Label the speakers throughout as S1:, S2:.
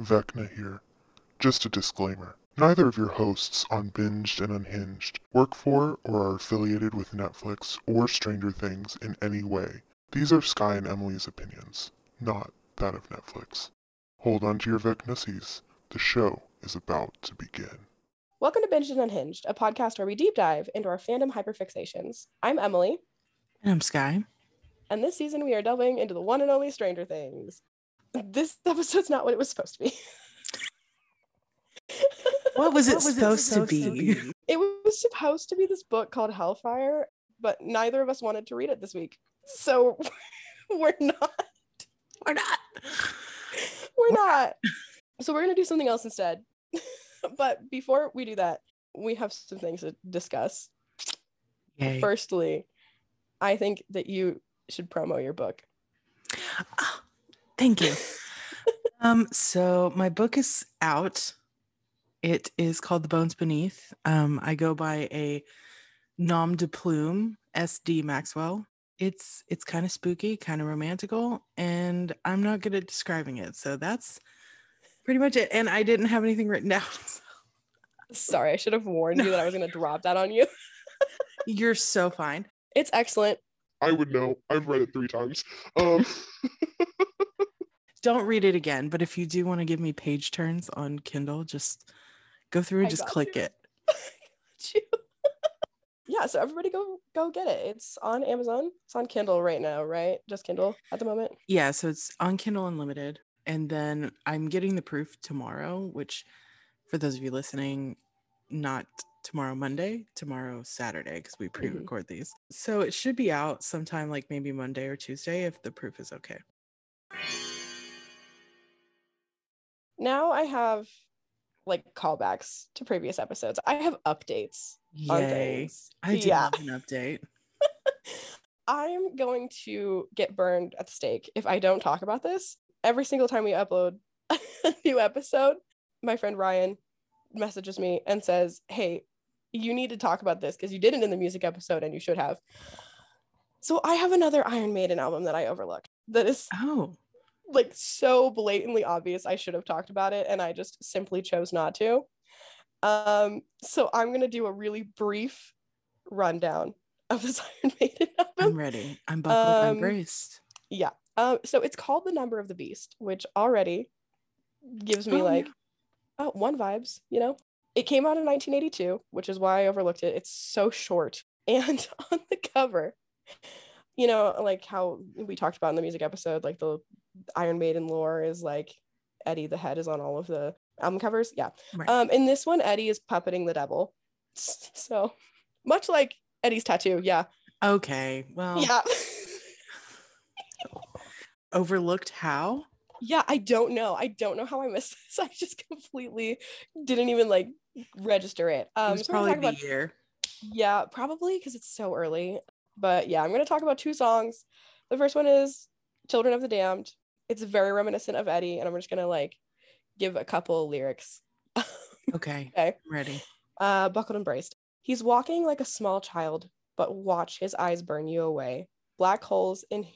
S1: Vecna here. Just a disclaimer. Neither of your hosts on Binged and Unhinged work for or are affiliated with Netflix or Stranger Things in any way. These are Sky and Emily's opinions, not that of Netflix. Hold on to your Vecnussies. The show is about to begin.
S2: Welcome to Binged and Unhinged, a podcast where we deep dive into our fandom hyperfixations. I'm Emily,
S3: And I'm Sky.
S2: and this season we are delving into the one and only Stranger Things. This episode's not what it was supposed to be.
S3: What was it supposed to be?
S2: It was supposed to be this book called Hellfire, but neither of us wanted to read it this week. So we're not
S3: We're not.
S2: we're not. So we're gonna do something else instead. but before we do that, we have some things to discuss.
S3: Yay.
S2: Firstly, I think that you should promo your book.
S3: Oh, thank you. um, so my book is out. It is called The Bones Beneath. Um, I go by a nom de plume, SD Maxwell. It's it's kind of spooky, kind of romantical, and I'm not good at describing it. So that's pretty much it. And I didn't have anything written down.
S2: Sorry, I should have warned you that I was gonna drop that on you.
S3: You're so fine.
S2: It's excellent.
S1: I would know. I've read it three times. Um,
S3: don't read it again but if you do want to give me page turns on kindle just go through and
S2: I
S3: just
S2: got
S3: click
S2: you.
S3: it
S2: yeah, so everybody go go get it. It's on Amazon. It's on Kindle right now, right? Just Kindle at the moment.
S3: yeah so it's on kindle unlimited and then i'm getting the proof tomorrow which for those of you listening not tomorrow monday tomorrow saturday because
S2: Mm-hmm.
S3: we pre-record these so it should be out sometime like maybe monday or tuesday if the proof is okay
S2: Now I have like callbacks to previous episodes. I have updates on
S3: yay
S2: things.
S3: i do
S2: yeah.
S3: love an update
S2: I'm going to get burned at the stake if I don't talk about this. Every single time we upload a new episode, my friend Ryan messages me and says, Hey, you need to talk about this because you didn't in the music episode and you should have. So I have another Iron Maiden album that I overlooked that is
S3: oh
S2: like so blatantly obvious I should have talked about it and I just simply chose not to. Um, so I'm going to do a really brief rundown of this Iron Maiden album.
S3: i'm ready i'm buckled
S2: Um,
S3: i'm braced
S2: Yeah. Um, so it's called The Number of the Beast, which already gives me
S3: Oh,
S2: like oh, one vibes, you know? It came out in 1982, which is why I overlooked it. It's so short. And on the cover, you know, like how we talked about in the music episode, like the Iron Maiden lore is like Eddie the Head is on all of the album covers. Yeah.
S3: Right.
S2: Um, in this one, Eddie is puppeting the devil. So much like Eddie's tattoo. Yeah.
S3: okay well
S2: Yeah.
S3: overlooked how
S2: Yeah, I don't know. I don't know how I missed this. I just completely didn't even like register it.
S3: it
S2: Um,
S3: was
S2: so we're gonna
S3: probably the
S2: talk about,
S3: year.
S2: yeah, probably because it's so early. But yeah, I'm going to talk about two songs. The first one is Children of the Damned. It's very reminiscent of Eddie, and I'm just going to like give a couple lyrics.
S3: Okay,
S2: Okay.
S3: I'm ready.
S2: Uh, buckled and braced. He's walking like a small child, but watch his eyes burn you away. Black holes in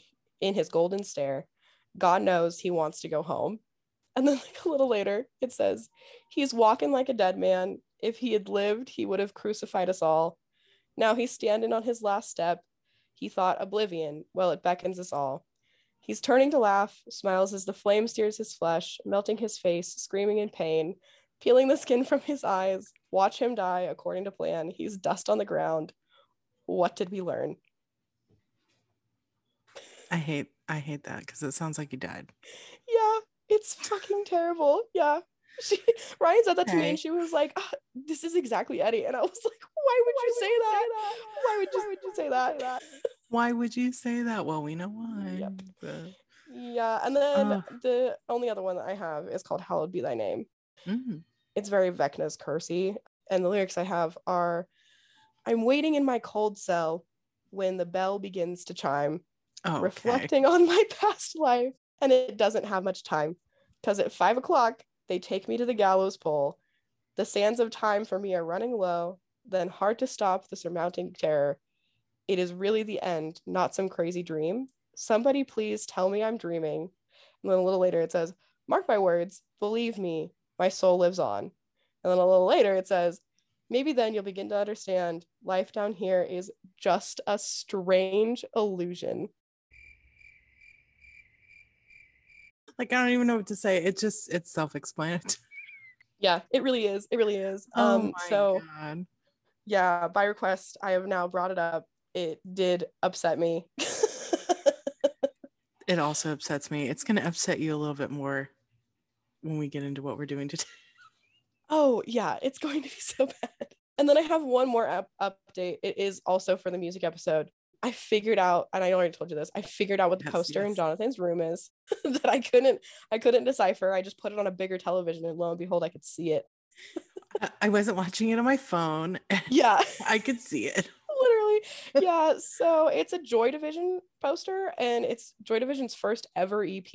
S2: in his golden stare. God knows he wants to go home. And then like a little later, it says, "He's walking like a dead man. If he had lived, he would have crucified us all. Now he's standing on his last step. He thought oblivion. Well, it beckons us all." He's turning to laugh, smiles as the flame sears his flesh, melting his face, screaming in pain peeling the skin from his eyes. Watch him die according to plan. He's dust on the ground. What did we learn?
S3: I hate I hate that because it sounds like you died.
S2: Yeah, it's fucking terrible. Yeah. She, Ryan said that to me
S3: Okay.
S2: and she was like, "Ah, this is exactly Eddie. And I was like, why would you say that? Why would you, say that?
S3: Why would you say that? Well, we know why.
S2: Yep.
S3: but-
S2: Yeah. And then
S3: Ugh.
S2: the only other one that I have is called Hallowed Be Thy Name.
S3: Mm.
S2: it's very Vecna's cursy. And the lyrics I have are I'm waiting in my cold cell when the bell begins to chime,
S3: Oh, okay.
S2: reflecting on my past life. And it doesn't have much time because at five o'clock, they take me to the gallows pole. The sands of time for me are running low, then hard to stop the surmounting terror. It is really the end, not some crazy dream. Somebody please tell me I'm dreaming. And then a little later it says, Mark my words, believe me, my soul lives on. And then a little later it says, maybe then you'll begin to understand life down here is just a strange illusion.
S3: Like I don't even know what to say. It just it's self-explanatory. Oh
S2: Yeah, it really is. It really is. um so yeah, by request, I have now brought it up. It did upset me.
S3: it also upsets me. It's gonna upset you a little bit more when we get into what we're doing today.
S2: oh yeah, it's going to be so bad. And then I have one more up- update. It is also for the music episode. I figured out, and I already told you this. I figured out what the
S3: Yes,
S2: poster in
S3: yes.
S2: Jonathan's room is that I couldn't, I couldn't decipher. I just put it on a bigger television, and lo and behold, I could see it.
S3: I- I wasn't watching it on my phone.
S2: Yeah.
S3: I could see it.
S2: literally yeah so it's a joy division poster and it's joy division's first ever ep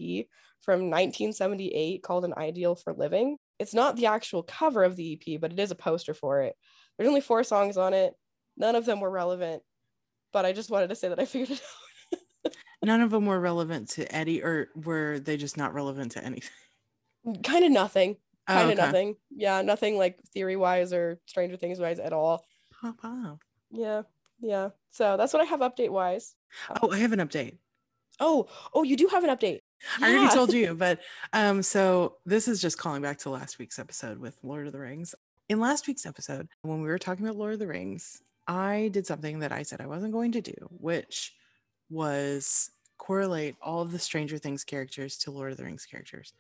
S2: from 1978 called an ideal for living it's not the actual cover of the ep but it is a poster for it there's only four songs on it none of them were relevant but i just wanted to say that i figured it out
S3: None of them were relevant to Eddie, or were they just not relevant to anything?
S2: kind of nothing
S3: Oh,
S2: kind of
S3: okay.
S2: nothing yeah nothing like theory wise or stranger things wise at all
S3: Pop off.
S2: yeah yeah so that's what i have update wise
S3: Oh, I have an update.
S2: oh oh you do have an update
S3: I
S2: Yeah.
S3: already told you, but um, so this is just calling back to last week's episode with Lord of the Rings. In last week's episode, when we were talking about Lord of the Rings, I did something that I said I wasn't going to do, which was correlate all of the Stranger Things characters to Lord of the Rings characters.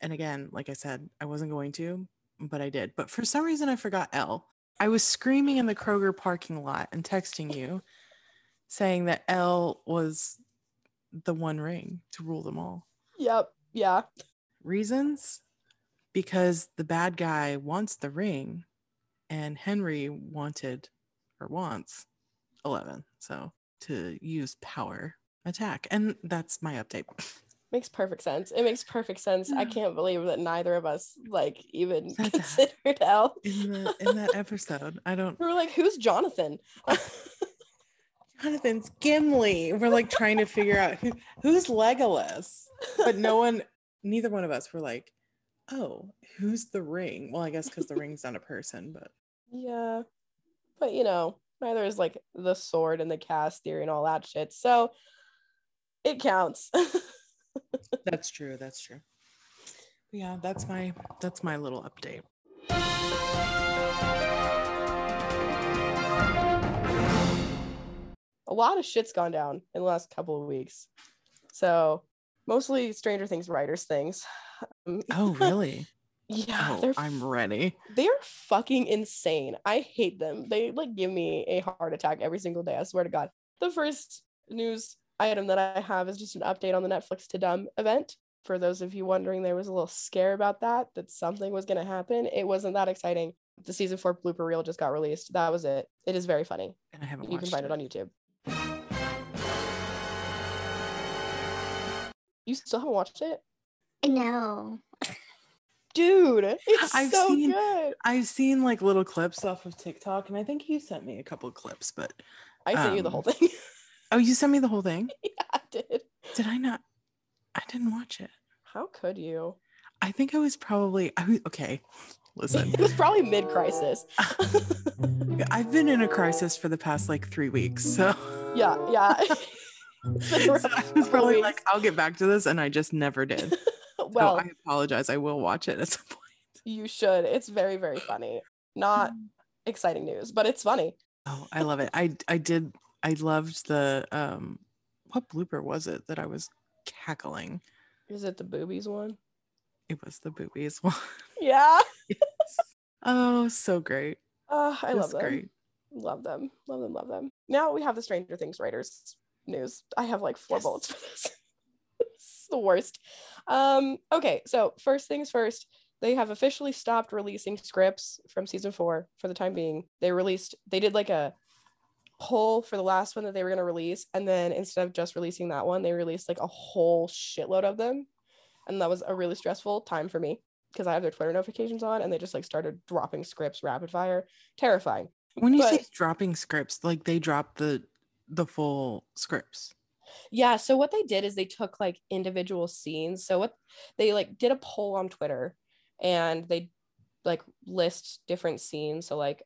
S3: And again, like I said, I wasn't going to, but I did. But for some reason, I forgot L. I was screaming in the Kroger parking lot and texting you saying that L was the one ring to rule them all.
S2: yep yeah
S3: Reasons? Because the bad guy wants the ring and Henry wanted or wants 11. So to use power attack. And that's my update.
S2: makes perfect sense it makes perfect sense i
S3: Yeah.
S2: can't believe that neither of us like even
S3: Said that.
S2: considered l
S3: In, the, in that episode, I don't.
S2: we were like who's jonathan
S3: Oh. Jonathan's Gimli. We're like trying to figure out who, who's Legolas. But no one, neither one of us were like, oh, who's the ring? Well, I guess because the ring's not a person, but
S2: yeah but you know neither is like the sword and the cast theory and all that shit so it counts
S3: That's true. That's true. Yeah, that's my that's my little update.
S2: a lot of shit's gone down in the last couple of weeks so mostly stranger things writers things Um,
S3: Oh, really?
S2: yeah
S3: oh,
S2: they're
S3: I'm ready.
S2: they're fucking insane. I hate them. They like give me a heart attack every single day. I swear to God. The first news item that I have is just an update on the Netflix to Dumb event. For those of you wondering, there was a little scare about that, that something was going to happen. It wasn't that exciting. The season four blooper reel just got released. That was it. It is very funny.
S3: And I haven't
S2: You can
S3: watched
S2: find it on YouTube. You still haven't watched it?
S4: No.
S2: Dude, it's
S3: I've
S2: so
S3: seen-
S2: good.
S3: I've seen like little clips off of TikTok, and I think you sent me a couple of clips. But
S2: I sent you the
S3: Um,
S2: whole thing.
S3: oh, you sent me the whole thing?
S2: yeah, I did.
S3: Did I not? I didn't watch it.
S2: How could you?
S3: I think I was probably I was, okay. Listen,
S2: It was probably mid crisis.
S3: I've been in a crisis for the past like three weeks, so,
S2: Yeah, yeah. It's been
S3: so
S2: around
S3: I
S2: for
S3: was probably
S2: weeks.
S3: like, I'll get back to this, and I just never did.
S2: well,
S3: so I apologize. I will watch it at some point.
S2: you should. It's very, very funny. Not exciting news, but it's funny.
S3: Oh, I love it. I I did I loved the um what blooper was it that I was cackling?
S2: Is it the boobies one?
S3: It was the boobies one.
S2: Yeah.
S3: Oh, so great.
S2: Uh, I love
S3: Just
S2: them.
S3: great.
S2: Love them. Love them. Love them. Now we have the Stranger Things writers news. I have like four
S3: Yes.
S2: bullets for this. it's the worst. Um, okay, so first things first, they have officially stopped releasing scripts from season four for the time being. They released, they did like a poll for the last one that they were going to release. And then instead of just releasing that one, they released like a whole shitload of them. And that was a really stressful time for me because I have their Twitter notifications on and they just like started dropping scripts rapid fire. Terrifying.
S3: When you say
S2: But-
S3: dropping scripts, like they dropped the the full scripts.
S2: Yeah. So what they did is they took like individual scenes. So what they like did a poll on Twitter and they like list different scenes. So like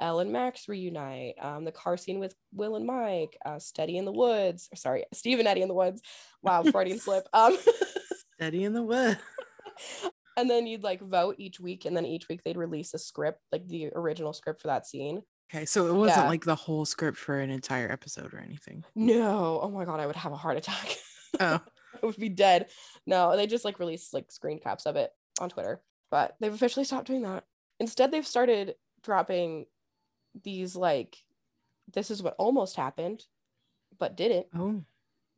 S2: Elle and Max reunite, um, the car scene with Will and Mike, uh, Steady in the Woods, or sorry, Steve and Eddie in the Woods. Wow, Freudian slip. Um,
S3: Steady in the wood.
S2: and then you'd like vote each week, and then each week they'd release a script, like the original script for that scene.
S3: Okay, so it wasn't
S2: Yeah.
S3: like the whole script for an entire episode or anything.
S2: No, oh my god, I would have a heart attack.
S3: Oh,
S2: I would be dead. No, they just like released like screen caps of it on Twitter, but they've officially stopped doing that. Instead, they've started dropping these like, this is what almost happened, but didn't.
S3: oh,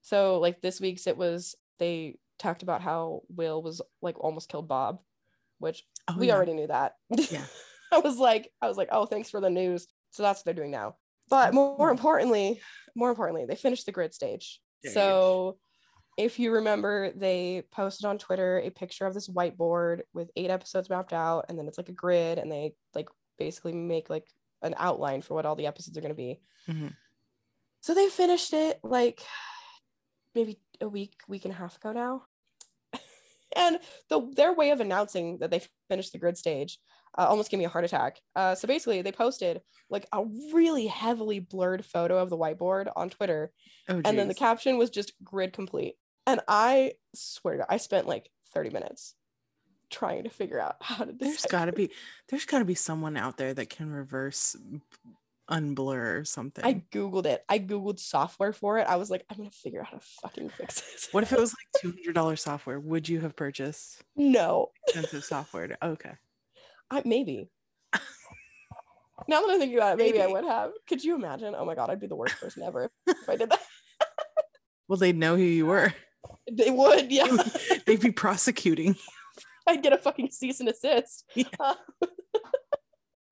S2: So like this week's it was they talked about how Will was like almost killed Bob, which
S3: oh
S2: we
S3: yeah.
S2: already knew that.
S3: Yeah.
S2: I was like, I was like, oh, thanks for the news. So that's what they're doing now. But more, more
S3: Cool.
S2: importantly, more importantly, they finished the grid stage.
S3: Stage.
S2: So if you remember, they posted on Twitter a picture of this whiteboard with eight episodes mapped out, and then it's like a grid, and they like basically make like an outline for what all the episodes are gonna be.
S3: Mhm.
S2: So they finished it like maybe a week, week and a half ago now. and the their way of announcing that they finished the grid stage uh, almost gave me a heart attack. Uh, so basically, they posted like a really heavily blurred photo of the whiteboard on Twitter,
S3: Oh,
S2: and then the
S3: jeez.
S2: caption was just grid complete. And I swear to God, I spent like 30 minutes trying to figure out how to
S3: there's
S2: decipher.
S3: got to be there's got to be someone out there that can reverse unblur or something.
S2: I googled it. I googled software for it. I was like, I'm gonna figure out how to fucking fix this.
S3: what if it was like two hundred dollars software? Would you have purchased
S2: No,
S3: expensive software? to- okay,
S2: I maybe. now that I think about it, maybe, I
S3: Maybe.
S2: would have. Could you imagine? Oh my god, I'd be the worst person ever if I did that.
S3: well they'd know who you were.
S2: They would, yeah.
S3: they'd be prosecuting.
S2: I'd get a fucking cease and assist.
S3: Yeah.
S2: Uh,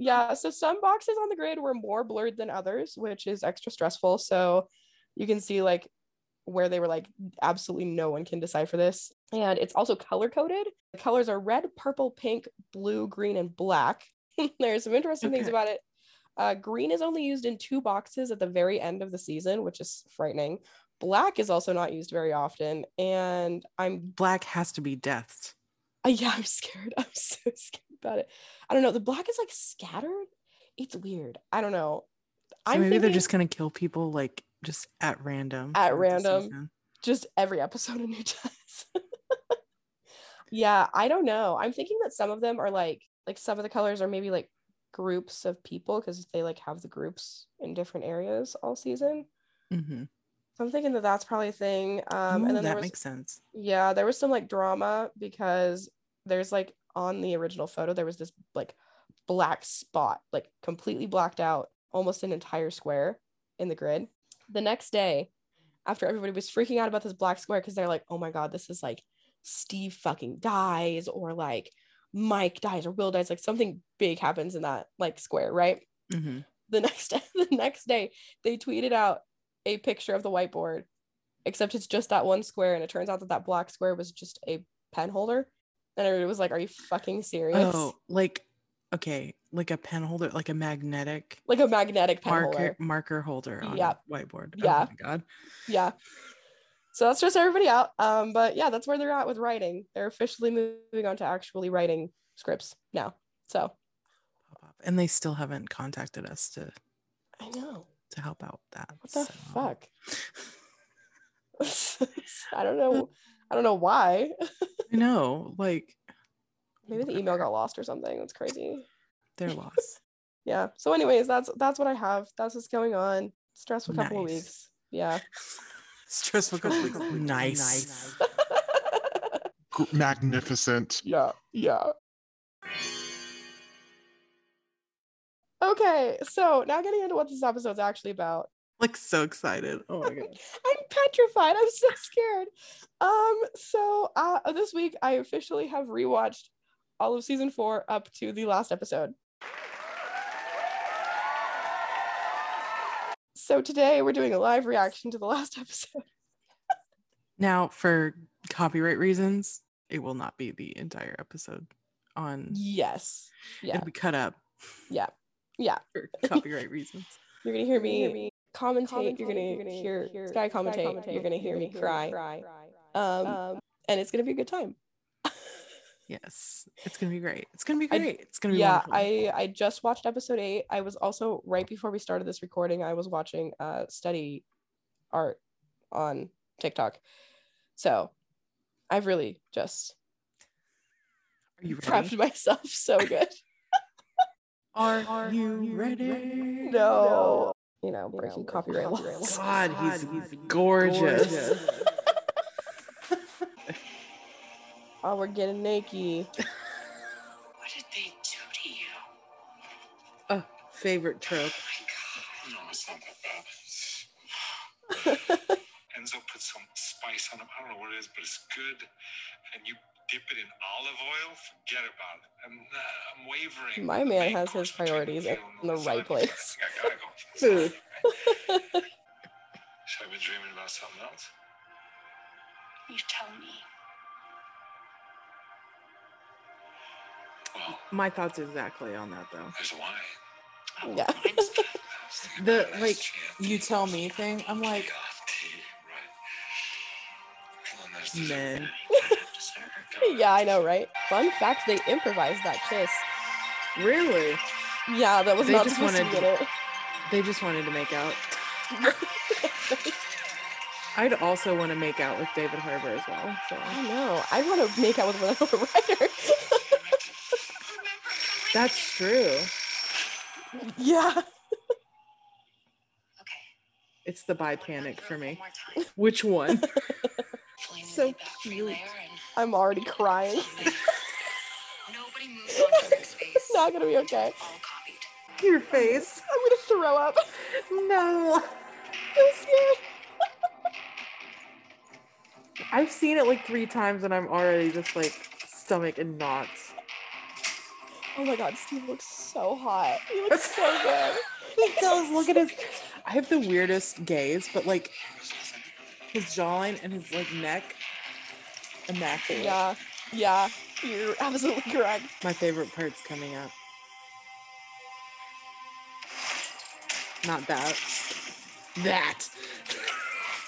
S2: yeah. So some boxes on the grid were more blurred than others, which is extra stressful. So you can see like where they were like, absolutely no one can decipher this. And it's also color coded. The colors are red, purple, pink, blue, green, and black. There's some interesting things
S3: Okay.
S2: about it. Uh, green is only used in two boxes at the very end of the season, which is frightening. Black is also not used very often. And I'm
S3: Black has to be death.
S2: uh, yeah, I'm scared. I'm so scared about it. I don't know. The black is like scattered. It's weird. I don't know.
S3: So
S2: I'm
S3: maybe
S2: thinking
S3: they're just gonna kill people like just at random.
S2: At
S3: throughout the
S2: random.
S3: season.
S2: just every episode of New Test. yeah, I don't know. I'm thinking that some of them are like like some of the colors are maybe like groups of people because they like have the groups in different areas all season.
S3: Mhm.
S2: So I'm thinking that that's probably a thing. Um,
S3: Ooh,
S2: and then there
S3: that
S2: was
S3: makes sense.
S2: Yeah, there was some like drama because there's like on the original photo, there was this like black spot, like completely blacked out, almost an entire square in the grid. The next day, after everybody was freaking out about this black square, because they're like, oh my God, this is like Steve fucking dies, or like Mike dies, or Will dies, like something big happens in that like square, right?
S3: Mhm.
S2: the next the next day they tweeted out a picture of the whiteboard except it's just that one square and it turns out that that black square was just a pen holder and everybody was like are you fucking serious
S3: Oh, like okay, like a pen holder, like a magnetic
S2: like a magnetic pen
S3: marker
S2: holder
S3: marker holder on
S2: Yep.
S3: a whiteboard.
S2: Yeah.
S3: Oh my god.
S2: yeah so that's just everybody out um but yeah that's where they're at with writing they're officially moving on to actually writing scripts now so
S3: Pop up. And they still haven't contacted us to
S2: i know
S3: to help out with that.
S2: what the
S3: so-
S2: fuck i don't know i don't know why
S3: I know, like
S2: maybe the email got lost or something that's crazy
S3: their loss.
S2: yeah so anyways that's that's what i have that's what's going on stressful couple of
S3: Nice.
S2: weeks yeah
S3: Stressful couple weeks.
S1: Stressful
S3: Nice.
S1: Gr- magnificent.
S2: yeah yeah okay so now getting into what this episode's actually about
S3: Like so excited. Oh my god.
S2: i'm petrified i'm so scared um so uh this week i officially have rewatched all of season four up to the last episode so today we're doing a live reaction to the last episode
S3: Now for copyright reasons, it will not be the entire episode on
S2: Yes. Yeah.
S3: it'll be cut up
S2: Yeah. Yeah.
S3: for copyright reasons.
S2: You're gonna hear me, commentate, you're gonna, hear, Sky commentate, you're gonna hear me cry. Um, and it's gonna be a good time.
S3: Yes, it's gonna be great. It's gonna be
S2: I-
S3: great. it's gonna be
S2: Yeah,
S3: wonderful.
S2: I I just watched episode eight. I was also right before we started this recording, I was watching uh study art on TikTok. So I've really just
S3: Are you
S2: prepped
S3: ready?
S2: myself so good.
S3: Are, you, ready?
S2: no. You know, breaking
S4: breaking copyright
S2: copyright laws.
S3: God, he's,
S4: God,
S3: he's
S4: he's
S3: gorgeous.
S4: gorgeous.
S2: Oh, we're getting naked.
S5: What did they do to you?
S3: Oh, favorite trope.
S5: Oh my god.
S6: No, it's not that bad. Enzo put some spice on them. I don't know what it is, but it's good. And you dip it in olive oil, forget about it. I'm, not, I'm wavering.
S2: My
S6: with the
S2: man
S6: main
S2: has his
S6: course, which I
S2: priorities
S6: don't
S2: in
S6: know
S2: the
S6: what's
S2: right
S6: on it,
S2: place.
S6: but I think I gotta go.
S3: Food.
S6: Should I be dreaming about something else?
S5: You tell me.
S6: Well,
S3: My thoughts exactly on that though.
S6: there's wine.
S5: Oh,
S2: Yeah.
S5: mine's good.
S6: I was thinking
S3: The,
S6: about a nice
S3: like,
S6: gin.
S3: You tell me thing. I'm
S6: Yeah,
S3: like,
S6: tea, right. And then there's dessert.
S3: man.
S2: yeah, I know, right? Fun fact: they improvised that kiss.
S3: Really?
S2: Yeah, that was
S3: They
S2: not
S3: just
S2: supposed to
S3: wanted
S2: be in it.
S3: They just wanted to make out. I'd also want to make out with David Harbour as well. So
S2: I know. I want to make out with Winona Ryder.
S3: that's true.
S2: yeah.
S5: Okay.
S3: It's the bi
S5: One
S3: panic
S5: more
S3: for me.
S5: One more time.
S3: Which one?
S5: Flame
S3: So
S5: me back three
S3: cute.
S5: layer and
S2: I'm already crying.
S5: Nobody moves on to the next phase.
S2: Not gonna be okay.
S5: All copied.
S3: Your face.
S2: I'm gonna throw up.
S3: No.
S2: I'm scared.
S3: I've seen it like three times and I'm already just like stomach in knots.
S2: Oh my god, Steve looks so hot. He looks so good.
S3: He does. Look at his. I have the weirdest gaze, but like his jawline and his like neck, immaculate.
S2: Yeah. Yeah. You're absolutely correct.
S3: My favorite part's coming up. Not that. That.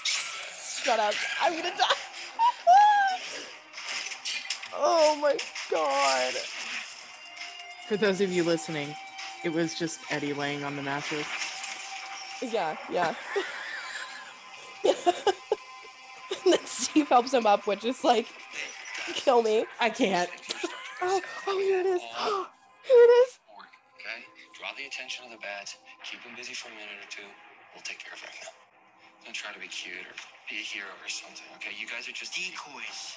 S2: Shut up. I'm gonna die. oh my god.
S3: For those of you listening, it was just Eddie laying on the mattress.
S2: Yeah, yeah. and then Steve helps him up, which is like, kill me.
S3: I can't.
S2: Oh, oh, here it is. here it is.
S6: Okay? Draw the attention of the bats. Keep them busy for a minute or two. We'll take care of it right now. Don't try to be cute or be a hero or something, okay? You guys are just
S7: decoys.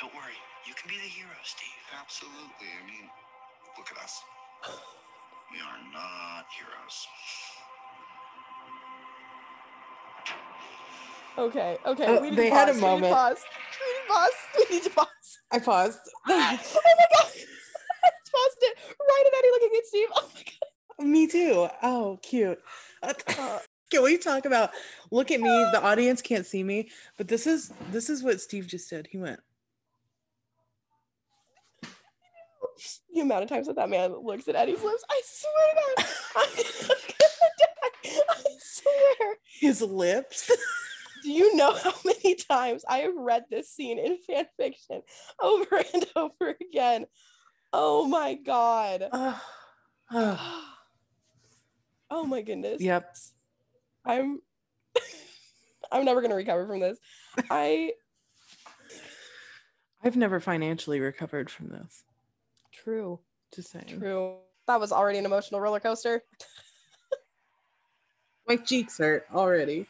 S7: Don't worry, you can be the hero, Steve.
S6: Absolutely. I mean, look at us. We are not heroes.
S2: Okay, okay.
S3: Oh,
S2: we need
S3: they
S2: to
S3: had a
S2: pause. We need to
S3: moment.
S2: pause. We need to pause. We need to pause.
S3: I paused.
S2: oh my god. I just paused it right at Eddie looking at Steve. Oh my god.
S3: me too. Oh, cute.
S2: Uh,
S3: Can we talk about look at me? The audience can't see me, but this is this is what Steve just did. He went,
S2: the amount of times that that man looks at Eddie's lips, I swear to God, I'm gonna die. I swear.
S3: his lips.
S2: Do you know how many times I have read this scene in fan fiction over and over again? Oh my god.
S3: Ah, ah.
S2: Oh my goodness.
S3: yep.
S2: I'm I'm never gonna recover from this. I
S3: I've never financially recovered from this.
S2: true.
S3: Just saying.
S2: True. That was already an emotional roller coaster.
S3: My cheeks hurt already.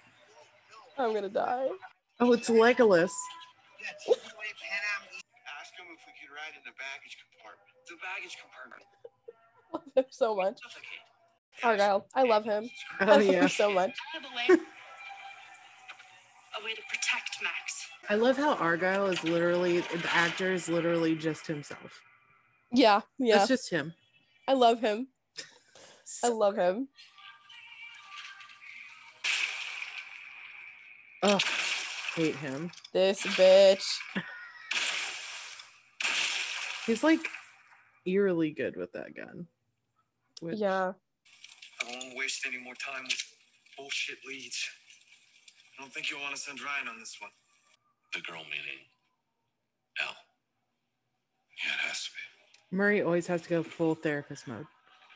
S2: I'm gonna die.
S3: Oh, it's Legolas.
S7: Yeah, take me away, Pan Am.
S6: Ask them if we could ride in the baggage compartment. The baggage compartment.
S2: Love him so much.
S6: Suffocate.
S2: Argyle. Oh, I love him. I
S3: Oh
S2: love
S3: yeah.
S2: him so much.
S5: I have a way. a way to protect Max.
S3: I love how Argyle is literally the actor is literally just himself.
S2: Yeah, yeah.
S3: That's just him.
S2: I love him. I love him.
S3: Ugh, hate him.
S2: This bitch.
S3: He's like eerily good with that gun. Which,
S2: Yeah.
S6: I don't want to waste any more time with
S7: bullshit leads. I don't think you'll want to send Ryan on this one.
S6: The girl meaning L. Yeah, it has to be.
S3: Murray always has to go full therapist mode.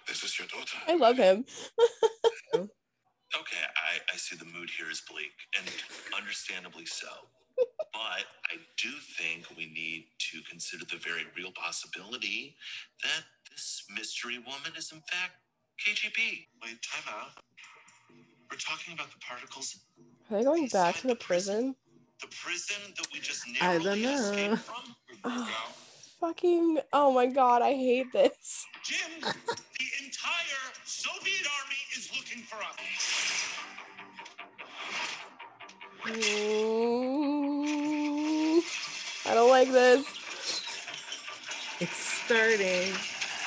S6: This is your daughter.
S2: I love him.
S6: Okay, I, I see the mood here is bleak, and understandably so. But I do think we need to consider the very real possibility that this mystery woman is, in fact, KGB. Wait, time out. We're talking about the particles,
S2: Are they going back to the prison?
S6: the prison that we just
S3: I don't
S6: narrowly
S3: know.
S6: escaped from.
S2: Oh, fucking. Oh my god, I hate this.
S6: Jim, the entire Soviet army is looking for us.
S2: Mm, I don't like this.
S3: It's starting.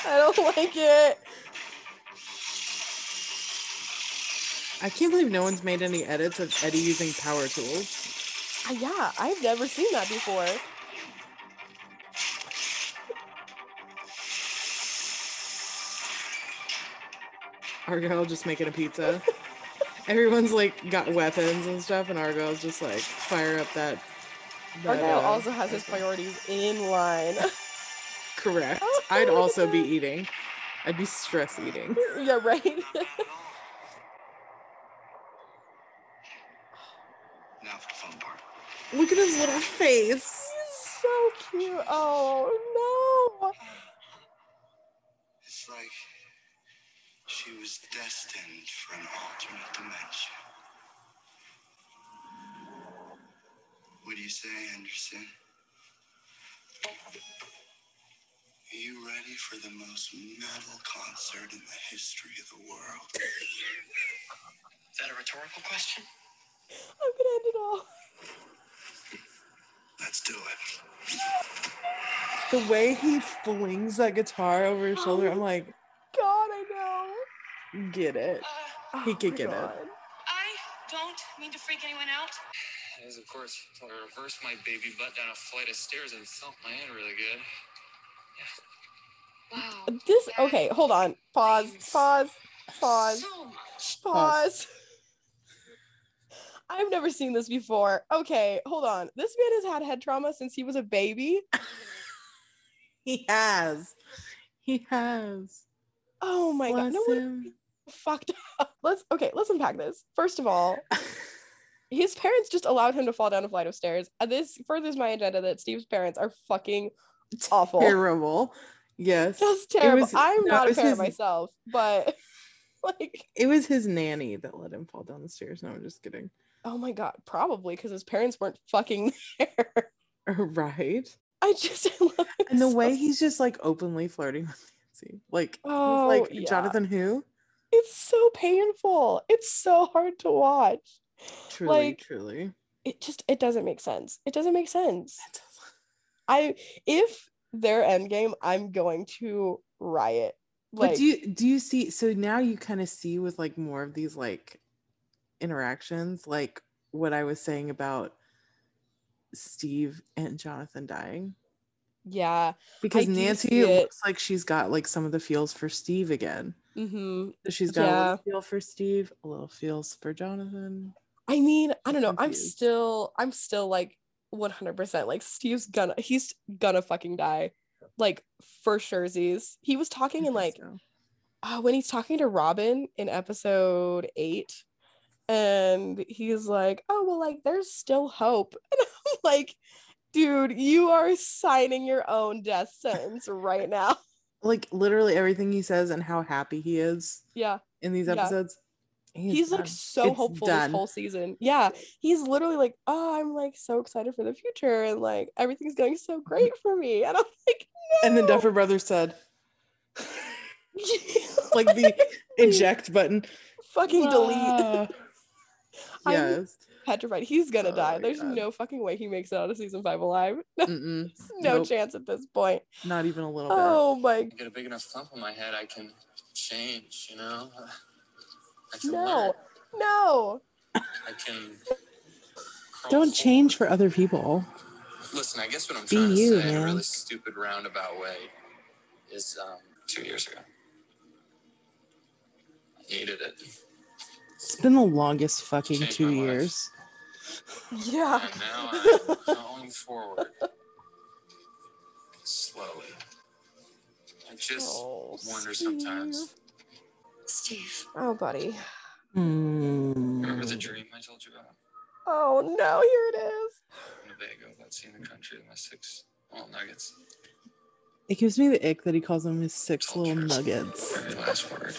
S2: I don't like it.
S3: I can't believe no one's made any edits of Eddie using power tools.
S2: Ah, Yeah, I've never seen that before.
S3: Argyle's just making a pizza. Everyone's like got weapons and stuff, and Argyle's just like fire up that. that,
S2: Argyle
S3: uh,
S2: also has his priorities in line.
S3: Correct.
S2: Oh,
S3: I'd
S2: look at
S3: also be
S2: that.
S3: eating. I'd be stress eating.
S2: yeah, right?
S7: Not bad at all.
S6: Now for the fun part.
S3: Look at his little face.
S2: so cute. Oh, no.
S6: It's like she was destined for an alternate dimension. What do you say, Anderson? Are you ready for the most metal concert in the history of the world?
S7: Is that a rhetorical question?
S2: I'm going to end it all.
S6: Let's do it.
S3: The way he flings that guitar over his shoulder, I'm like,
S2: God, I know.
S3: get it.
S5: Uh,
S3: He
S2: Oh
S3: could
S2: my
S3: get it.
S2: God.
S5: I don't mean to freak anyone out.
S6: Yes, of course. I reversed my baby butt down a flight of stairs and thumped my hand really good.
S5: Wow.
S2: This, okay, hold on. Pause, pause, pause,
S5: So much.
S2: pause. I've never seen this before. Okay, hold on. This man has had head trauma since he was a baby.
S3: He has. He has.
S2: Oh my god.
S3: Bless
S2: No one
S3: him.
S2: fucked up. Let's okay, let's unpack this. First of all, his parents just allowed him to fall down a flight of stairs. And this furthers my agenda that Steve's parents are fucking awful.
S3: Terrible. Yes.
S2: Just terrible.
S3: was-
S2: I'm
S3: no,
S2: not
S3: it
S2: a
S3: was
S2: parent
S3: his-
S2: myself, but like,
S3: It was his nanny that let him fall down the stairs. No, I'm just kidding.
S2: oh my god, probably because his parents weren't fucking there.
S3: Right.
S2: I just I love him
S3: And the
S2: so-
S3: way he's just like openly flirting with Nancy. Like
S2: Oh,
S3: he's like
S2: yeah.
S3: Jonathan who?
S2: it's so painful. It's so hard to watch.
S3: Truly,
S2: Like-
S3: truly.
S2: It just it doesn't make sense. It doesn't make sense. I if their end game, I'm going to riot. Like
S3: but do you do you see so now you kind of see with like more of these like interactions, like what I was saying about Steve and Jonathan dying?
S2: yeah.
S3: Because
S2: do
S3: Nancy
S2: see it.
S3: looks like she's got like some of the feels for Steve again.
S2: hmm
S3: So she's got a
S2: Yeah.
S3: little feel for Steve, a little feels for Jonathan.
S2: I mean, I
S3: I'm
S2: don't know. I'm
S3: confused.
S2: still I'm still like 100 percent like Steve's gonna he's gonna fucking die. Like for surezies. He was
S3: I
S2: talking in
S3: think
S2: like
S3: so.
S2: uh, when he's talking to Robin in episode eight, and he's like, "Oh well, like there's still hope," and I'm like, "Dude, you are signing your own death sentence right now."
S3: like literally everything he says and how happy he is
S2: Yeah,
S3: in these
S2: Yeah.
S3: episodes.
S2: he's, like
S3: done.
S2: so
S3: It's
S2: hopeful
S3: done.
S2: this whole season. Yeah, he's literally like, "Oh, I'm like so excited for the future, and like everything's going so great for me," and I'm like, "No,"
S3: and then Duffer Brothers said,
S2: like,
S3: like the eject button.
S2: fucking delete.
S3: Ah.
S2: I'm-
S3: yes.
S2: Petrified. He's gonna
S3: Oh
S2: die.
S3: my
S2: There's
S3: God.
S2: no fucking way he makes it out of season five alive.
S3: Mm-mm.
S2: There's no
S3: Nope.
S2: chance at this point.
S3: Not even a little
S2: Oh my
S6: I get a big enough thump on my head, I can change, you know? I can learn.
S2: no, no.
S6: I can.
S3: bit. Don't
S6: crawl forward.
S3: change for other people.
S6: Listen, I guess what I'm
S3: Be
S6: trying
S3: you,
S6: to say in
S3: man.
S6: a really stupid roundabout way is um, two years ago. I needed it.
S3: It's been the longest fucking
S4: Changed
S3: two
S4: my life.
S3: years.
S2: Yeah.
S4: And now I'm going forward. Slowly. I just
S2: Oh,
S4: wonder sometimes.
S2: Steve.
S5: Steve,
S2: Oh, buddy.
S4: Remember the
S3: Mm.
S4: dream I told you about?
S2: Oh no, here it is.
S4: Winnebago, that scene in the country with my six little nuggets.
S3: It gives me the ick that he calls them his six little nuggets.
S4: Every last word.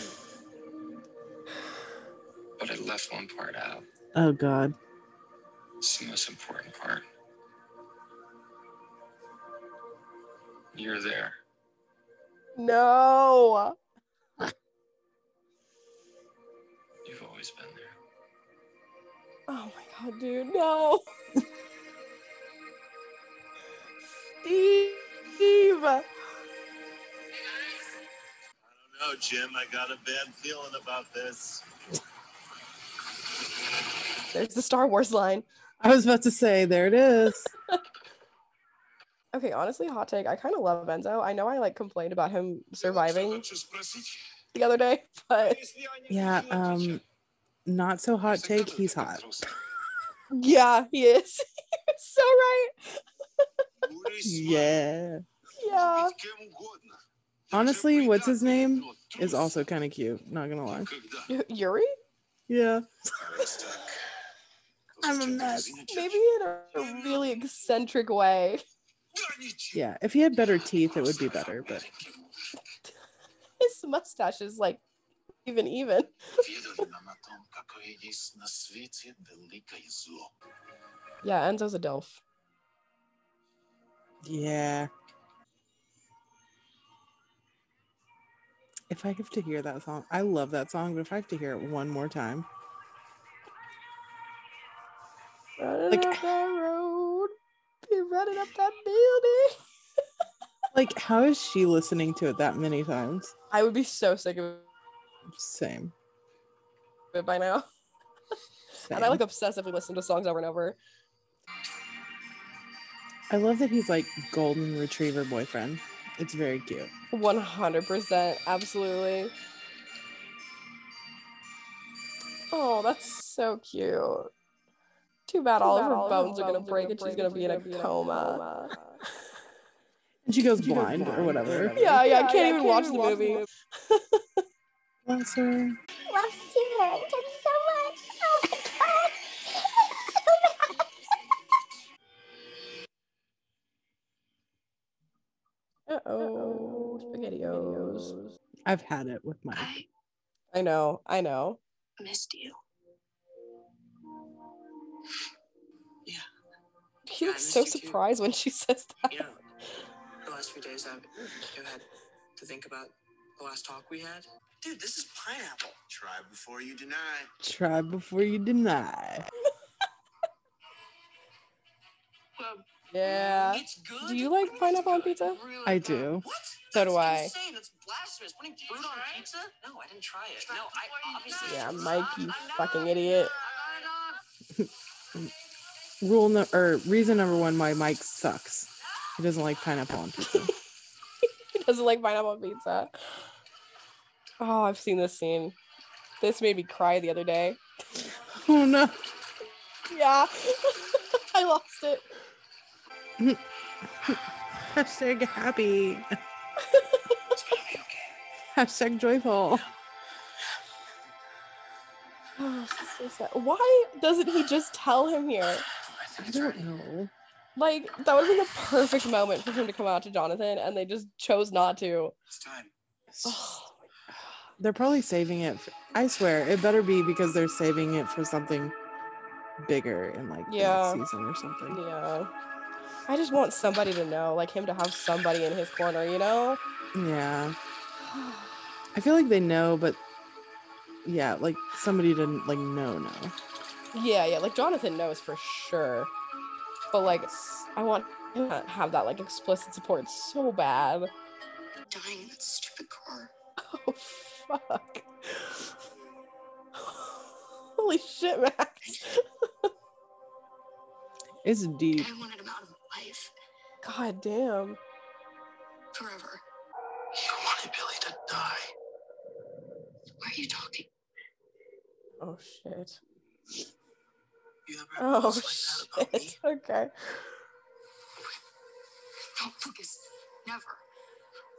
S4: But I left one part out.
S3: Oh god.
S4: It's the most important part. You're there.
S2: No.
S4: You've always been there.
S2: Oh my god, dude, no. Steve.
S6: I don't know, Jim. I got a bad feeling about this.
S2: There's the Star Wars line.
S3: I was about to say, there it is.
S2: Okay, honestly, hot take. I kind of love Enzo. I know I like complained about him surviving the other day, but
S3: Yeah, um not so hot take, he's hot.
S2: yeah, he is. You're so right.
S3: Yeah.
S2: Yeah.
S3: Honestly, what's his name is also kind of cute, not gonna lie.
S2: Y- Yuri?
S3: Yeah. I'm a mess.
S2: Maybe in a a really eccentric way.
S3: Yeah. If he had better teeth, it would be better, but
S2: His mustache is like even even.
S6: Видано на том, какое есть на свете великое зло.
S2: Yeah, Enzo's a DILF.
S3: yeah. If I have to hear that song, I love that song, but if I have to hear it one more time,
S2: Running
S3: Like-
S2: up that road, be running up that building.
S3: like, how is she listening to it that many times?
S2: I would be so sick of
S3: Same.
S2: it by now.
S3: same.
S2: And I like obsessively listen to songs over and over.
S3: I love that he's like golden retriever boyfriend. It's very cute.
S2: 100%. Absolutely. Oh, that's so cute. Too bad all of her bones, are going to break and she's going to be in a coma.
S3: And she goes blind or whatever.
S2: Yeah, yeah, I can't even watch the movie.
S3: Bless her.
S8: love Stephen Langton so much. Oh my god. So bad.
S2: Uh oh. SpaghettiOs.
S3: I've had it with my
S5: I
S2: I know, I know.
S5: missed you.
S2: She
S7: Yeah, I
S2: looks so
S7: missed you too.
S2: surprised when she says that.
S7: You know, the last few days I've, I've had to think about the last talk we had. Dude, this is pineapple.
S6: Try before you deny.
S3: try before you deny.
S5: Well,
S2: Yeah.
S7: It's good.
S2: Do you like pineapple on pizza?
S5: really
S3: I do.
S7: What?
S2: So do
S7: That's
S2: I.
S7: Insane. That's blasphemous. Putting fruit on pizza? No, I didn't try it. No, I obviously.
S2: Yeah, Mike, you fucking idiot.
S3: Rule no or reason number one, my mic sucks. He doesn't like pineapple on pizza.
S2: He doesn't like pineapple on pizza. Oh, I've seen this scene. This made me cry the other day.
S3: oh no.
S2: Yeah. I lost it.
S3: Hashtag happy. Hashtag joyful.
S2: Oh, this is so sad. Why doesn't he just tell him here?
S3: I don't know.
S2: Like, that would be the perfect moment for him to come out to Jonathan, and they just chose not to.
S7: It's time.
S2: Oh,
S3: They're probably saving it. For, I swear, it better be because they're saving it for something bigger in like
S2: Yeah.
S3: the next season or something.
S2: yeah. I just want somebody to know, like him to have somebody in his corner, you know?
S3: Yeah. I feel like they know, but yeah, like somebody didn't like know know.
S2: Yeah, yeah. Like Jonathan knows for sure, but like I want him to have that like explicit support so bad.
S5: dying in that stupid car.
S2: Oh fuck! Holy shit, Max!
S3: It's deep.
S5: I wanted him out of my life
S2: God damn!
S5: forever.
S6: You wanted Billy to die.
S5: Why are you talking?
S2: I Oh shit.
S7: You ever
S2: Oh
S7: felt like that about me?
S2: shit. Okay.
S7: uh, No, Lucas, never.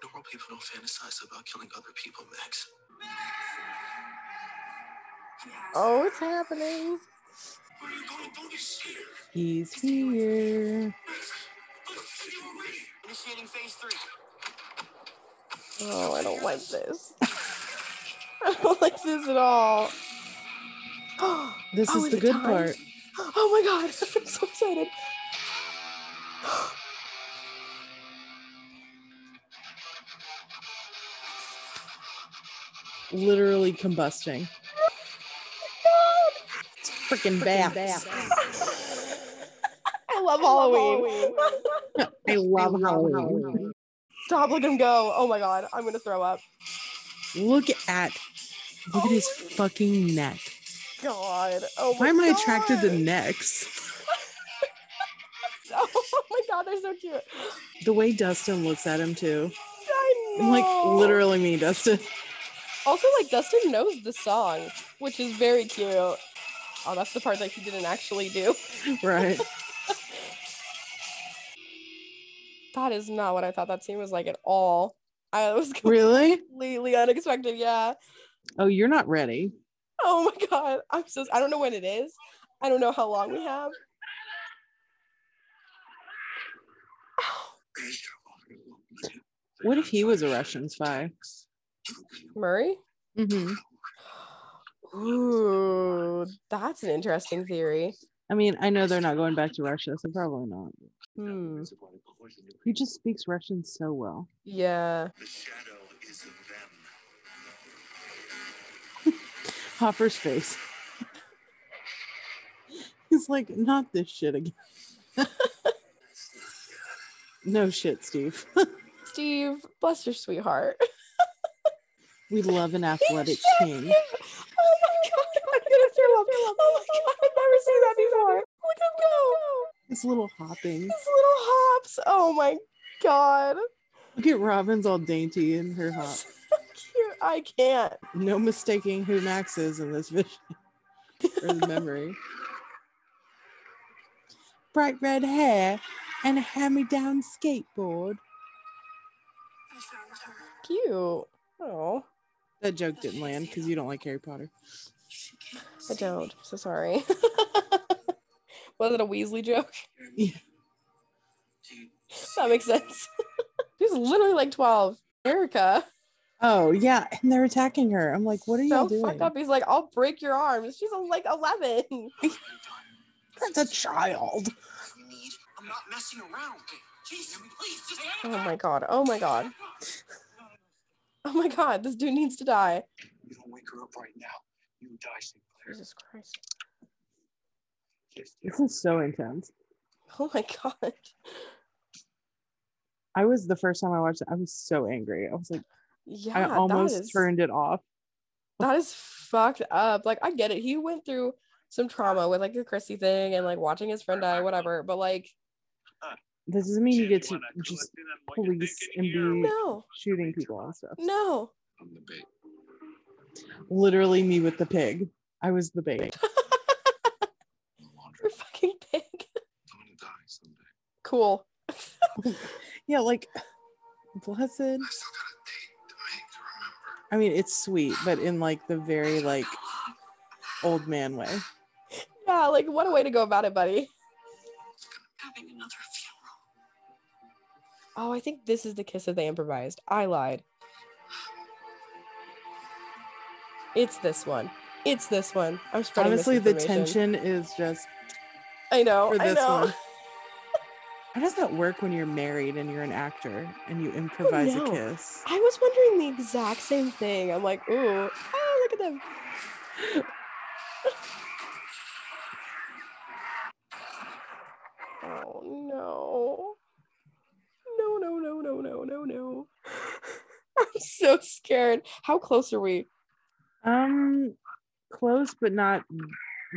S7: Normal people don't fantasize about killing other people, Max.
S2: Oh, it's happening.
S7: Where are you going? Don't be scared.
S3: He's here.
S7: Initiating phase three.
S2: Oh, I don't like this. I don't like this at all.
S3: This
S2: Oh,
S3: is
S2: is
S3: the
S2: it
S3: good
S2: time?
S3: part.
S2: Oh my god, I'm so excited.
S3: Literally combusting. It's freaking bad.
S2: I love Halloween.
S3: I love Halloween.
S2: Stop, look him go. Oh my god, I'm gonna throw up.
S3: Look at look at his fucking neck.
S2: God. Oh my
S3: Why am I attracted to
S2: God.
S3: necks?
S2: Oh my god, they're so cute.
S3: The way Dustin looks at him too.
S2: I know.
S3: I'm like literally me, Dustin.
S2: Also, like Dustin knows the song, which is very cute. Oh, that's the part that he didn't actually do.
S3: Right.
S2: That is not what I thought that scene was like at all. I was
S3: really?
S2: completely unexpected. Yeah.
S3: Oh, you're not ready.
S2: Oh my god. I'm so I don't know when it is. I don't know how long we have.
S3: What if he was a Russian spy?
S2: Murray?
S3: Mm-hmm.
S2: Ooh, that's an interesting theory.
S3: I mean, I know they're not going back to Russia, so probably not.
S2: Hmm.
S3: He just speaks Russian so well.
S2: Yeah.
S6: The shadow is in them.
S3: Hopper's face. He's like, not this shit again. no shit, Steve.
S2: Steve, bless your sweetheart.
S3: We love an athletic king.
S2: Oh my god, I'm gonna throw up. Oh my god, I've never seen that before. Look at him go.
S3: His little hopping.
S2: His little hops. Oh my god.
S3: Look at Robin's all dainty in her hop.
S2: So cute. I can't.
S3: No mistaking who Max is in this vision or the memory. Bright red hair and a hand-me-down skateboard.
S7: I found her.
S2: Cute. Oh,
S3: That joke didn't land because you don't like Harry Potter.
S7: She can't
S2: I
S7: see
S2: don't. I'm so sorry. Was it a Weasley joke?
S7: me.
S2: That makes sense. She's literally like 12. Erica.
S3: Oh yeah, and they're attacking her. I'm like, what are
S2: so
S3: y'all doing?
S2: fucked up. He's like, I'll break your arms. She's like 11.
S3: That's a child.
S7: You need. I'm not messing around. Jason, please, just
S2: Oh my god. Oh my god. Oh my god. This dude needs to die.
S4: You don't wake her up right now. You die, Sinclair.
S2: Jesus Christ.
S4: Just
S3: This is so intense.
S2: Oh my god.
S3: I was the first time I watched it. I was so angry. I was like,
S2: Yeah.
S3: I almost
S2: that is,
S3: turned it off.
S2: That is fucked up. Like, I get it. He went through some trauma with like the Chrissy thing and like watching his friend die, whatever. But like,
S3: That doesn't mean you get to just police and be
S2: no,
S3: shooting people and stuff.
S2: no.
S4: I'm the bait.
S3: Literally, me with the pig. I was the bait.
S4: I'm the
S2: You're
S4: laundry.
S2: a fucking pig.
S4: I'm gonna die someday.
S2: Cool.
S3: Yeah, like blessed.
S4: I still got a date to make, remember?
S3: I mean, it's sweet, but in like the very like old man way.
S2: Yeah, like what a way to go about it, buddy.
S7: having another
S2: Oh,
S7: funeral.
S2: I think this is the kiss that they improvised. I lied. It's this one. It's this one. I'm spreading this
S3: Honestly, the
S2: information.
S3: tension is just
S2: I know.
S3: for
S2: I
S3: this
S2: know.
S3: one. How does that work when you're married and you're an actor and you improvise
S2: know.
S3: a kiss?
S2: I was wondering the exact same thing. I'm like, ooh, oh, look at them. oh no. No, no, no, no, no, no, no. I'm so scared. How close are we?
S3: Um, close, but not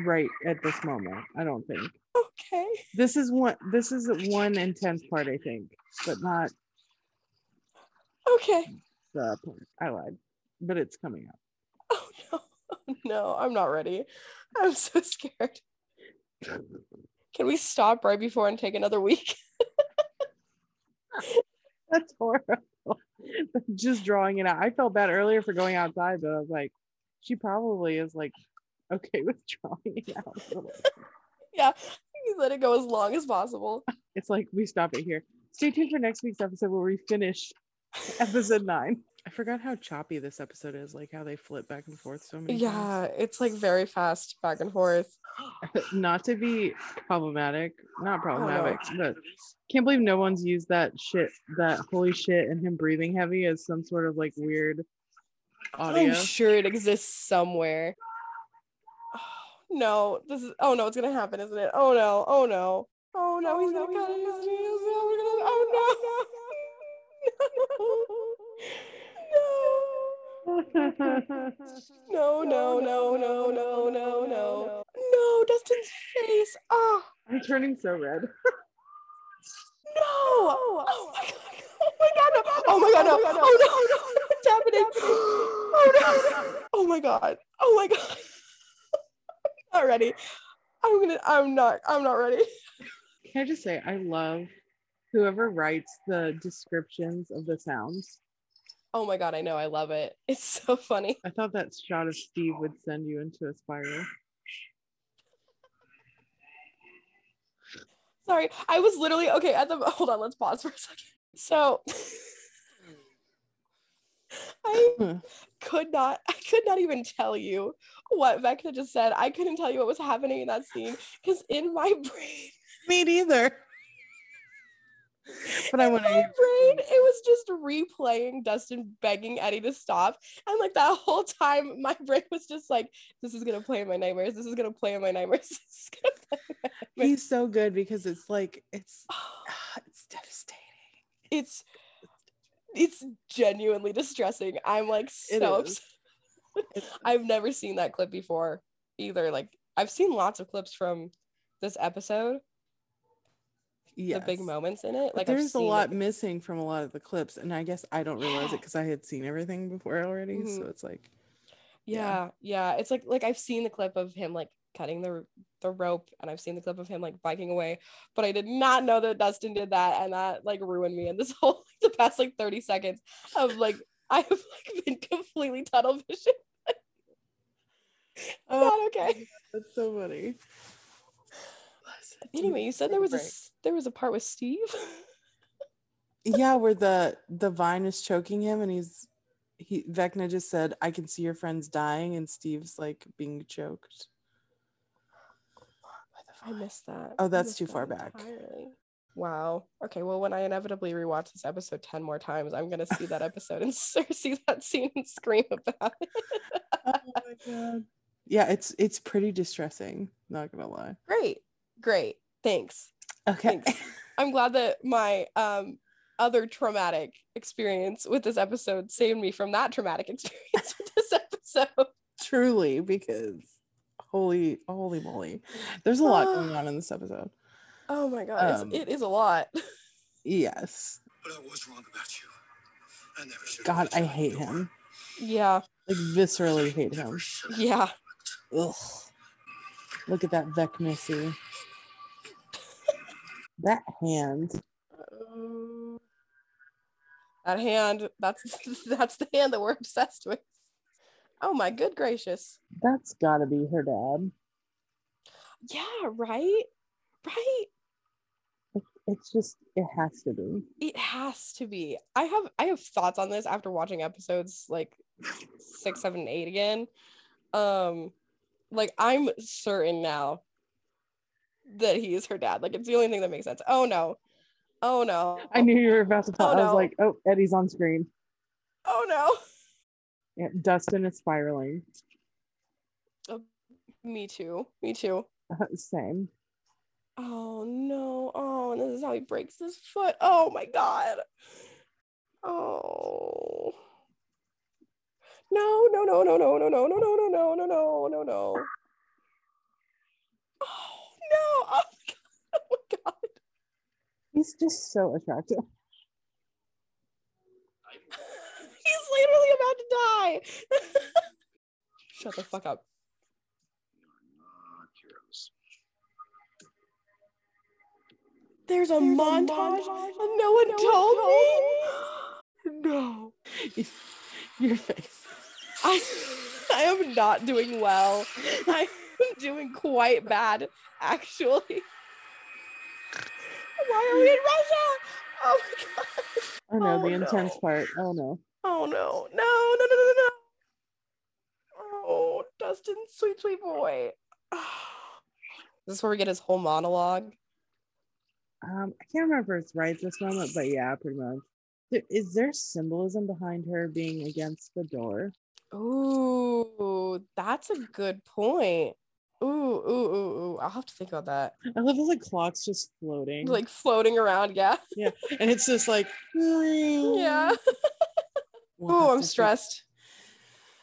S3: right at this moment. I don't think
S2: Okay.
S3: this is one. This is one intense part, I think, but not
S2: Okay.
S3: the part. I lied, but it's coming up.
S2: Oh no. no, I'm not ready. I'm so scared. Can we stop right before and take another week?
S9: That's horrible. Just drawing it out. I felt bad earlier for going outside, but I was like, she probably is like okay with drawing it out. a little.
S2: yeah, you let it go as long as possible.
S9: It's like we stopped it here. Stay tuned for next week's episode where we finish episode nine.
S3: I forgot how choppy this episode is, like how they flip back and forth so many
S2: Yeah, it's like very fast back and forth.
S9: Not to be problematic,
S3: Oh,
S9: not problematic, but
S5: It's
S9: can't believe no one's used that shit, that holy shit, and him breathing heavy as some sort of like weird audio.
S3: Oh,
S2: I'm sure it exists somewhere. Oh, no, this is. Oh no, it's gonna happen, isn't it? Oh no! Oh no! Oh no! He's gonna cut it, isn't he? Is it- Oh, we're gonna- oh, no! No! No! No! No! No! No! No! No! Dustin's face. Ah!
S9: I'm turning so red.
S2: No! Oh my god! Oh my god! no. Oh my god! No! Oh no! No! It's happening! Oh no! Oh my god! Oh my god! Not ready. I'm gonna. I'm not. I'm not ready.
S9: Can I just say I love whoever writes the descriptions of the sounds?
S2: Oh my god! I know. I love it. It's so funny.
S9: I thought that shot of Steve would send you into a spiral.
S2: Sorry. I was literally okay at the. Hold on. Let's pause for a second. So. I could not I could not even tell you what Vecna just said. I couldn't tell you what was happening in that scene because in my brain
S3: Me neither. But I
S2: In
S3: want
S2: my
S3: to.
S2: brain, it was just replaying Dustin begging Eddie to stop. And like that whole time, my brain was just like, this is gonna play in my nightmares. This is gonna play in my nightmares. This is gonna play in my nightmares."
S3: He's so good because it's like it's it's devastating.
S2: It's it's genuinely distressing. I'm like
S3: It
S2: so
S3: is.
S2: upset. I've never seen that clip before either. Like I've seen lots of clips from this episode,
S3: Yeah,
S2: the big moments in it.
S3: Like
S2: Like I've
S3: there's a
S2: seen it.
S3: lot missing from a lot of the clips, and I guess I don't realize
S2: Yeah.
S3: it because I had seen everything before already.
S2: Mhm.
S3: So it's like
S2: yeah
S3: Yeah.
S2: yeah it's like like i've seen the clip of him like cutting the the rope and i've seen the clip of him like biking away but i did not know that dustin did that and that like ruined me and this whole the past like 30 seconds of like i have like been completely tunnel vision I'm
S3: Oh.
S2: not okay
S3: that's so funny.
S2: anyway you said there was a
S3: Right.
S2: s- there was a part with steve
S3: yeah, where the the vine is choking him, and he's he Vecna just said, "I can see your friends dying," and Steve's like being choked. by the
S2: i
S3: vine.
S2: missed that
S3: Oh,
S2: I
S3: that's
S2: missed
S3: too
S2: that
S3: far back.
S2: entirely. wow okay well when i inevitably rewatch this episode 10 more times i'm gonna see that episode and see that scene and scream about it
S3: Oh Yeah, it's it's pretty distressing. Not gonna lie.
S2: great great thanks
S3: Okay.
S2: Thanks. i'm glad that my um other traumatic experience with this episode saved me from that traumatic experience with this episode
S3: Truly, because holy holy moly. There's a lot going
S9: Ah.
S3: on in this episode.
S2: oh my god it's-
S3: Um,
S2: it is a lot
S3: Yes.
S4: But I was wrong about you. I never should.
S3: God, I hate him.
S2: yeah
S3: Like viscerally hate him.
S2: yeah
S3: Ugh. Look at that Vecnessy. That hand.
S2: that hand that's that's the hand that we're obsessed with oh my good gracious
S9: That's gotta be her dad.
S2: yeah right right
S9: It's just, it has to be.
S2: it has to be i have i have thoughts on this after watching episodes like six seven and eight again um like i'm certain now that he is her dad like it's the only thing that makes sense oh no oh no
S9: I knew you were about to tell.
S2: Oh,
S9: I was
S2: no.
S9: like, oh, Eddie's on screen.
S2: oh no
S9: Yeah, Dustin is spiraling.
S2: me too me too
S9: Same.
S2: oh no oh and this is how he breaks his foot oh my god oh no no no no no no no no no no no no no no no oh no oh my god oh my god
S9: He's just so attractive.
S2: He's literally about to die. Shut the fuck up.
S4: You're not heroes.
S2: There's a montage, and no one told me. no.
S3: Your face.
S2: I I am not doing well. I am doing quite bad, actually. Why are we in Russia? Oh my god.
S9: Oh no,
S2: Oh,
S9: the intense
S2: no.
S9: part. Oh no.
S2: Oh no. No, no, no, no, no. Oh, Dustin, sweet, sweet boy. This is where we get his whole monologue.
S9: Um, I can't remember if it's right this moment, but yeah, pretty much. There- Is there symbolism behind her being against the door?
S2: Ooh, that's a good point. Ooh, ooh, ooh, ooh. I'll have to think about that.
S9: I love how the clock's just floating.
S2: Like floating around, yeah.
S9: and it's just like Yeah.
S2: Yeah.
S3: We'll have
S2: Ooh, I'm
S3: to fi-
S2: stressed.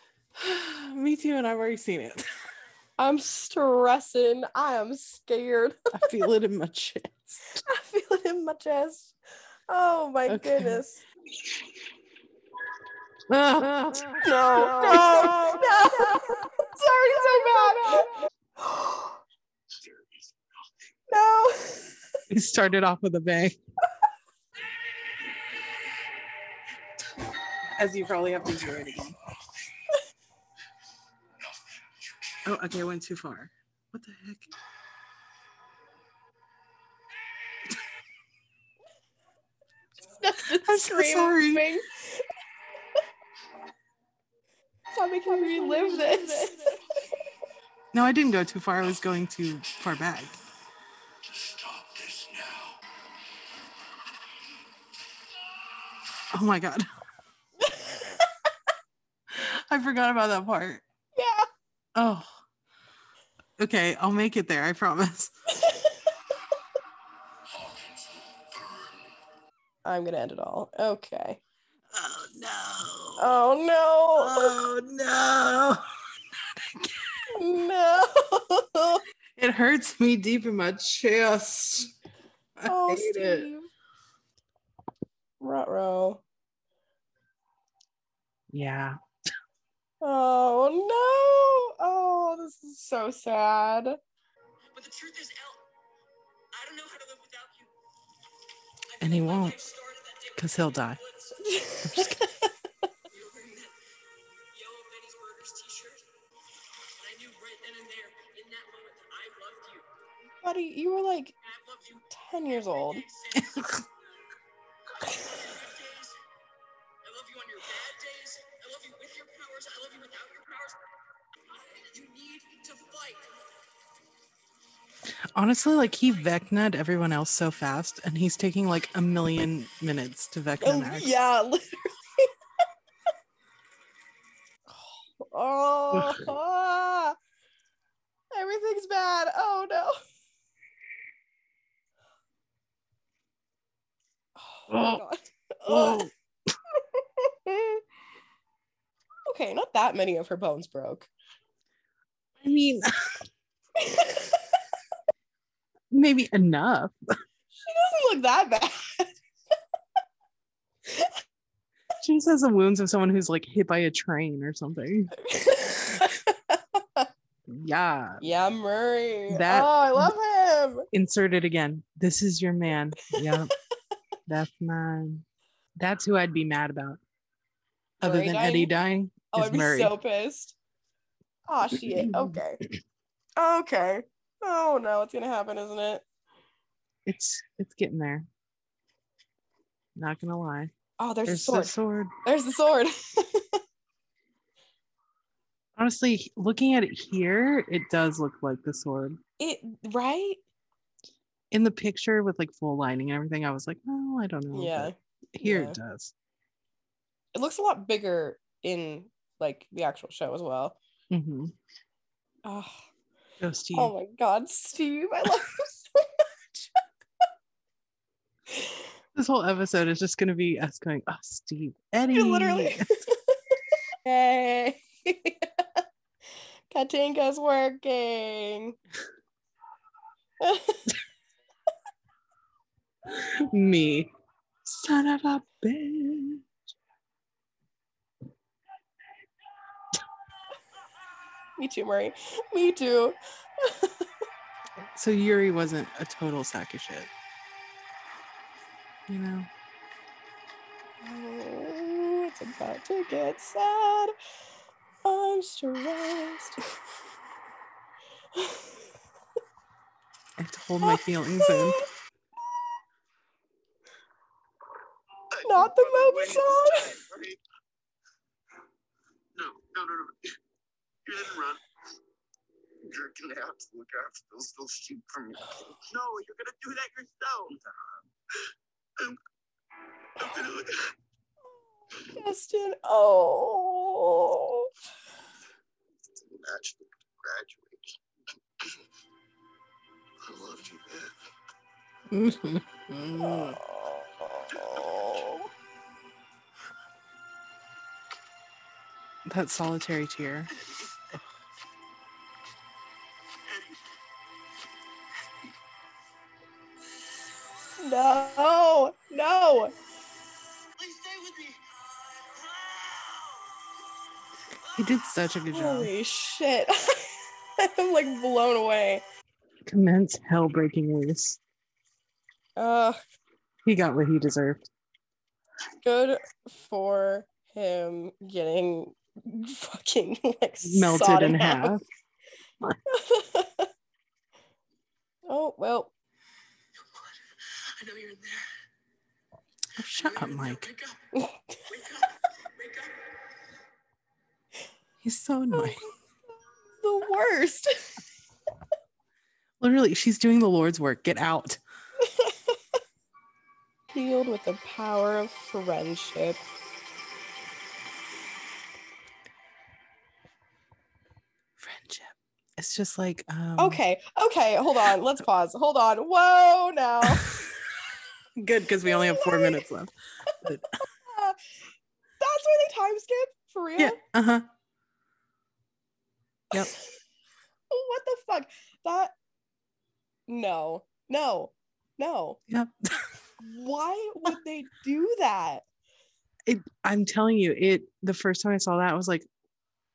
S3: Me too, and I've already seen it.
S2: I'm stressing. I am scared.
S3: I feel it in my chest.
S2: I feel it in my chest. Oh my
S3: Okay.
S2: goodness.
S9: That's
S2: No, no, no. It's already so bad. No.
S9: He started off with a bang.
S3: As you probably have to do it again. Oh, okay, I went too far. What the heck?
S2: That's just
S3: I'm so sorry.
S2: screaming. Stop making me relive this.
S3: No, I didn't go too far. I was going too far back.
S6: Stop this now.
S3: Oh my god. I forgot about that part.
S2: Yeah.
S3: Oh. Okay, I'll make it there. I promise.
S2: I'm gonna end it all. Okay.
S3: Oh no.
S2: Oh no.
S3: Oh no. Oh.
S2: No.
S3: It hurts me deep in my chest. I
S2: Oh,
S3: hate it.
S2: Steve. Ruh-roh.
S9: Yeah.
S2: Oh no! Oh, this is so sad.
S5: But the truth is, El, I don't know how to live without you. I
S3: And he
S5: feel like my
S3: won't,
S5: life started that day
S3: 'cause he'll
S5: when we were
S3: die.
S5: bullets. You were wearing that yellow Benny's Burgers t-shirt. And I knew right then and there, in that moment, that I loved you.
S2: Buddy, you were like
S5: And I've loved you
S2: 10 years old.
S5: every day since. I love you on your good days. I love you on your bad days. I love you with your powers. I love you without your powers. You need to fight.
S3: Honestly, like he vecna'd everyone else so fast, and he's taking like a million minutes to vecna
S2: Oh,
S3: Max.
S2: yeah, literally. oh, ah. everything's bad. Oh no. Oh, my
S9: Oh.
S2: God. Ugh.
S9: Oh,
S2: okay, not that many of her bones broke.
S9: I mean, maybe enough.
S2: She doesn't look that bad.
S9: She just has the wounds of someone who's like hit by a train or something. Yeah.
S2: yeah, Murray.
S9: That-
S2: oh, I love him.
S9: Insert it again. This is your man. Yeah. That's mine. That's who I'd be mad about. Other
S2: Murray
S9: than Eddie dying.
S2: Oh,
S9: is
S2: I'd be
S9: Murray.
S2: so pissed. Oh shit. Okay. Okay. Oh no, it's gonna happen, isn't it?
S9: It's it's getting there. Not gonna lie.
S2: Oh, there's,
S9: There's
S2: the sword.
S9: the sword.
S2: there's the sword.
S9: Honestly, looking at it here, it does look like the sword.
S2: It right?
S9: In the picture with like full lining and everything, I was like, well, I don't know. but
S2: Yeah.
S9: Here
S2: yeah.
S9: it does.
S2: It looks a lot bigger in like the actual show as well.
S9: Mm-hmm.
S2: Oh,
S9: Go Steve.
S2: oh my god, Steve. I love him so much.
S9: This whole episode is just going to be us going, oh, Steve, Eddie.
S2: You literally. Yay. Katinka's working.
S9: Me. Son of a bitch.
S2: Me too, Murray. Me too.
S3: So Yuri wasn't a total sack of shit. You know?
S2: Oh, it's about to get sad. I'm stressed.
S3: I have to hold
S2: Oh,
S3: my feelings in.
S2: Not the
S5: run
S2: Moby
S5: away this
S2: song.
S5: time, right? No, no, no, no. You didn't run. You're gonna have to look after those little sheep from your cage. No, you're gonna do that yourself. I'm, I'm gonna look
S2: Justin. Oh.
S5: naturally graduate. I loved you, man.
S3: Mhm.
S2: Oh.
S3: that solitary tear.
S2: No. No.
S5: Please stay with me.
S3: He did such a good job.
S2: Holy shit. I'm like blown away.
S9: Commence hell breaking loose.
S2: Uh,
S9: He got what he deserved.
S2: good for him getting fucking like
S9: Melted
S2: sawed
S9: in
S2: out.
S9: half.
S2: oh well.
S7: I know you're in there.
S3: Oh, shut up, Mike.
S7: Wake up. Wake up.
S3: He's so annoying.
S2: the worst.
S3: Literally, she's doing the Lord's work. Get out.
S2: Healed with the power of friendship.
S3: Friendship. It's just like um,
S2: Okay, okay, hold on. Let's pause. Hold on. Whoa now.
S3: Good because we only have four
S2: Sorry.
S3: minutes left.
S2: That's where they time skip for real.
S3: Yeah. Uh huh. Yep.
S2: what the fuck? That no, no, no.
S3: Yep.
S2: Why would they do that?
S9: It, I'm telling you, it the first time I saw that, I was like,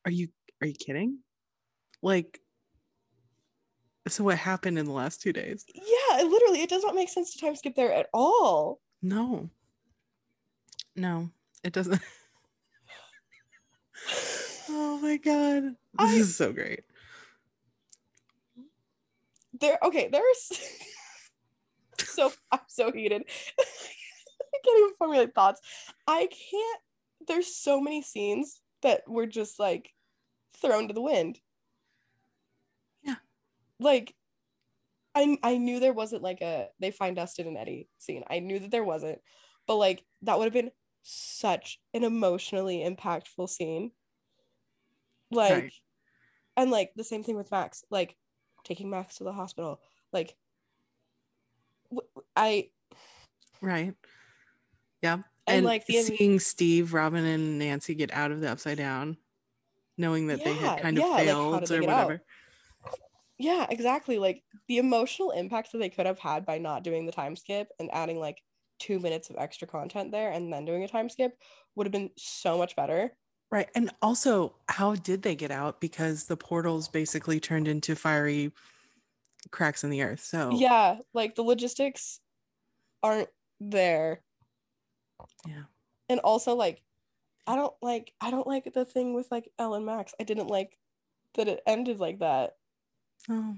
S9: Are you are you kidding?
S3: Like. So what happened in the last two days?
S2: Yeah, it literally, it does not make sense to time skip there at all.
S3: No. No, it doesn't. oh my god, this
S2: I-
S3: is so great.
S2: There, okay, there's so I'm so heated. I can't even formulate thoughts. I can't. There's so many scenes that were just like thrown to the wind.
S3: Yeah.
S2: Like, I I knew there wasn't like a they find Dustin and Eddie scene. I knew that there wasn't, but like that would have been such an emotionally impactful scene. Like,
S3: Right.
S2: and like the same thing with Max. Like, taking Max to the hospital. Like, w- I
S3: Right. Yeah. And,
S2: And, like, the-
S3: seeing Steve, Robin, and Nancy get out of the upside down, knowing that they had
S2: Yeah,
S3: kind of
S2: yeah, like, how
S3: failed
S2: did they
S3: or
S2: get out?
S3: whatever.
S2: yeah, exactly. Like the emotional impact that they could have had by not doing the time skip and adding like two minutes of extra content there and then doing a time skip would have been so much better.
S3: Right. And also, how did they get out? Because the portals basically turned into fiery cracks in the earth. So
S2: Yeah, like the logistics aren't there.
S3: Yeah.
S2: And also like I don't like I don't like the thing with like Ellen Max. I didn't like that it ended like that.
S3: oh,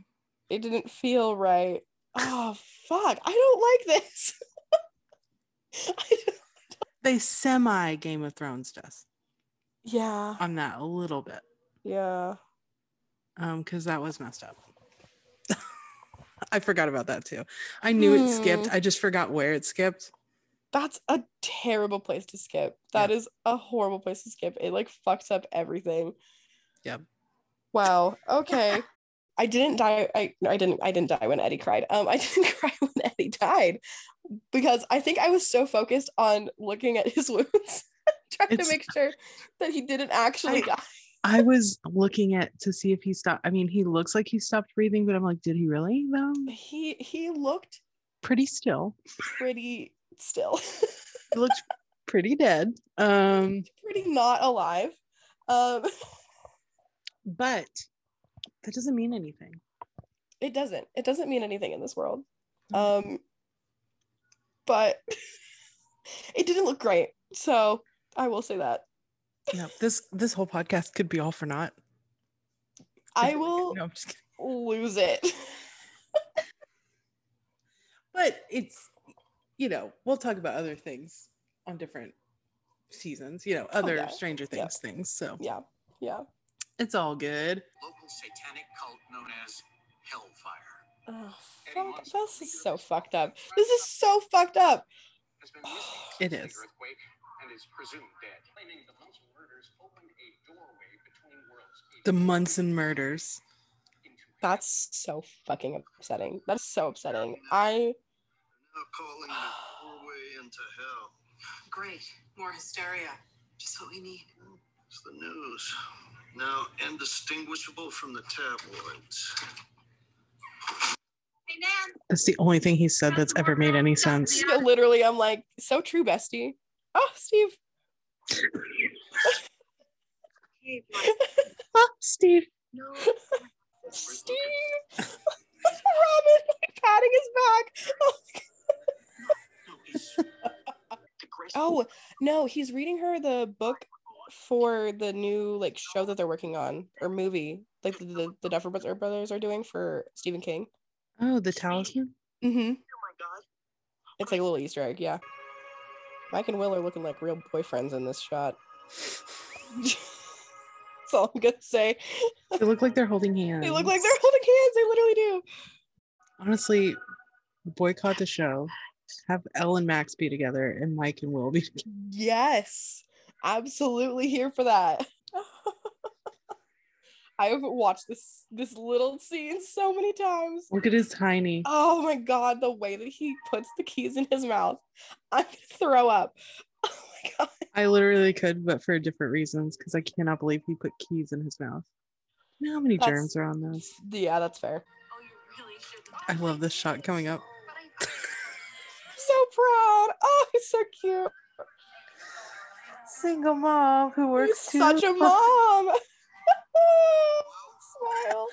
S2: It didn't feel right. Oh fuck. I don't like this. I don't-
S3: they semi Game of Thrones us
S2: yeah.
S3: on that a little bit.
S2: Yeah.
S3: Um, because that was messed up. I forgot about that too. I knew it skipped.
S9: Hmm.
S3: I just forgot where it skipped.
S2: That's a terrible place to skip. That is a horrible place to skip. It like fucks up everything.
S3: Yep.
S2: Wow. Okay. I didn't die. I no, I didn't I didn't die when Eddie cried. Um I didn't cry when Eddie died because I think I was so focused on looking at his wounds, trying
S9: It's-
S2: to make sure that he didn't actually
S9: I-
S2: die.
S9: I was looking at to see if he stopped. I mean, he looks like he stopped breathing, but I'm like, did he really though?
S2: He he looked
S9: Pretty still.
S2: pretty still,
S9: He looked pretty dead. Um,
S2: pretty not alive. Um
S9: but That doesn't mean anything.
S2: It doesn't. It doesn't mean anything in this world. Um, but it didn't look great. So I will say that.
S3: No, this this whole podcast could be all for naught.
S2: I will
S3: No, I'm just kidding.
S2: lose it.
S3: But it's you know we'll talk about other things on different seasons. You know other
S2: yeah.
S3: Stranger
S2: Yeah.
S3: Things things. So
S2: yeah. Yeah.
S3: it's all good.
S5: Local satanic cult known as Hellfire.
S2: Oh, fuck. This is so fucked up. This is so fucked up.
S5: has been missing
S3: It
S5: since the
S3: is.
S5: earthquake and is presumed dead. Claiming the Munson murders opened a doorway between worlds.
S3: The Munson murders.
S5: Into
S2: That's so fucking upsetting. That's so upsetting. I
S5: now calling the doorway into hell.
S7: Great. More hysteria. Just what we need.
S5: It's the news. Now indistinguishable from the tabloids.
S8: Hey, Nan,
S3: That's the only thing he said that's ever made any sense.
S2: yeah, literally, I'm like, so true, bestie. Oh, Steve.
S8: hey, boy.
S3: Ah, Steve.
S8: No.
S2: Steve. Robin like, patting his back. Oh,
S5: The grace
S2: Oh no, he's reading her the book for the new like show that they're working on or movie, like the the, the Duffer Brothers- Brothers are doing for Stephen King.
S3: Oh, the talisman.
S2: Mm-hmm.
S5: oh my God.
S2: It's like a little Easter egg, yeah. Mike and Will are looking like real boyfriends in this shot. That's all I'm gonna say.
S3: They look like they're holding hands.
S2: They look like they're holding hands. They literally do.
S3: honestly boycott the show. Have Elle and Max be together, and Mike and Will be. together.
S2: Yes, absolutely here for that. I have watched this this little scene so many times.
S3: Look at his tiny.
S2: Oh my god, the way that he puts the keys in his mouth. I'm gonna throw up. Oh my god.
S3: I literally could, but for different reasons, because I cannot believe he put keys in his mouth. You know how many
S2: That's-
S3: germs are on those?
S2: Yeah, that's fair.
S7: Oh, you really should.
S3: I love this shot coming up.
S2: I'm so proud. Oh, he's so cute.
S3: Single mom who
S2: He's
S3: works
S2: such a mom.
S3: Oh.
S2: Smile.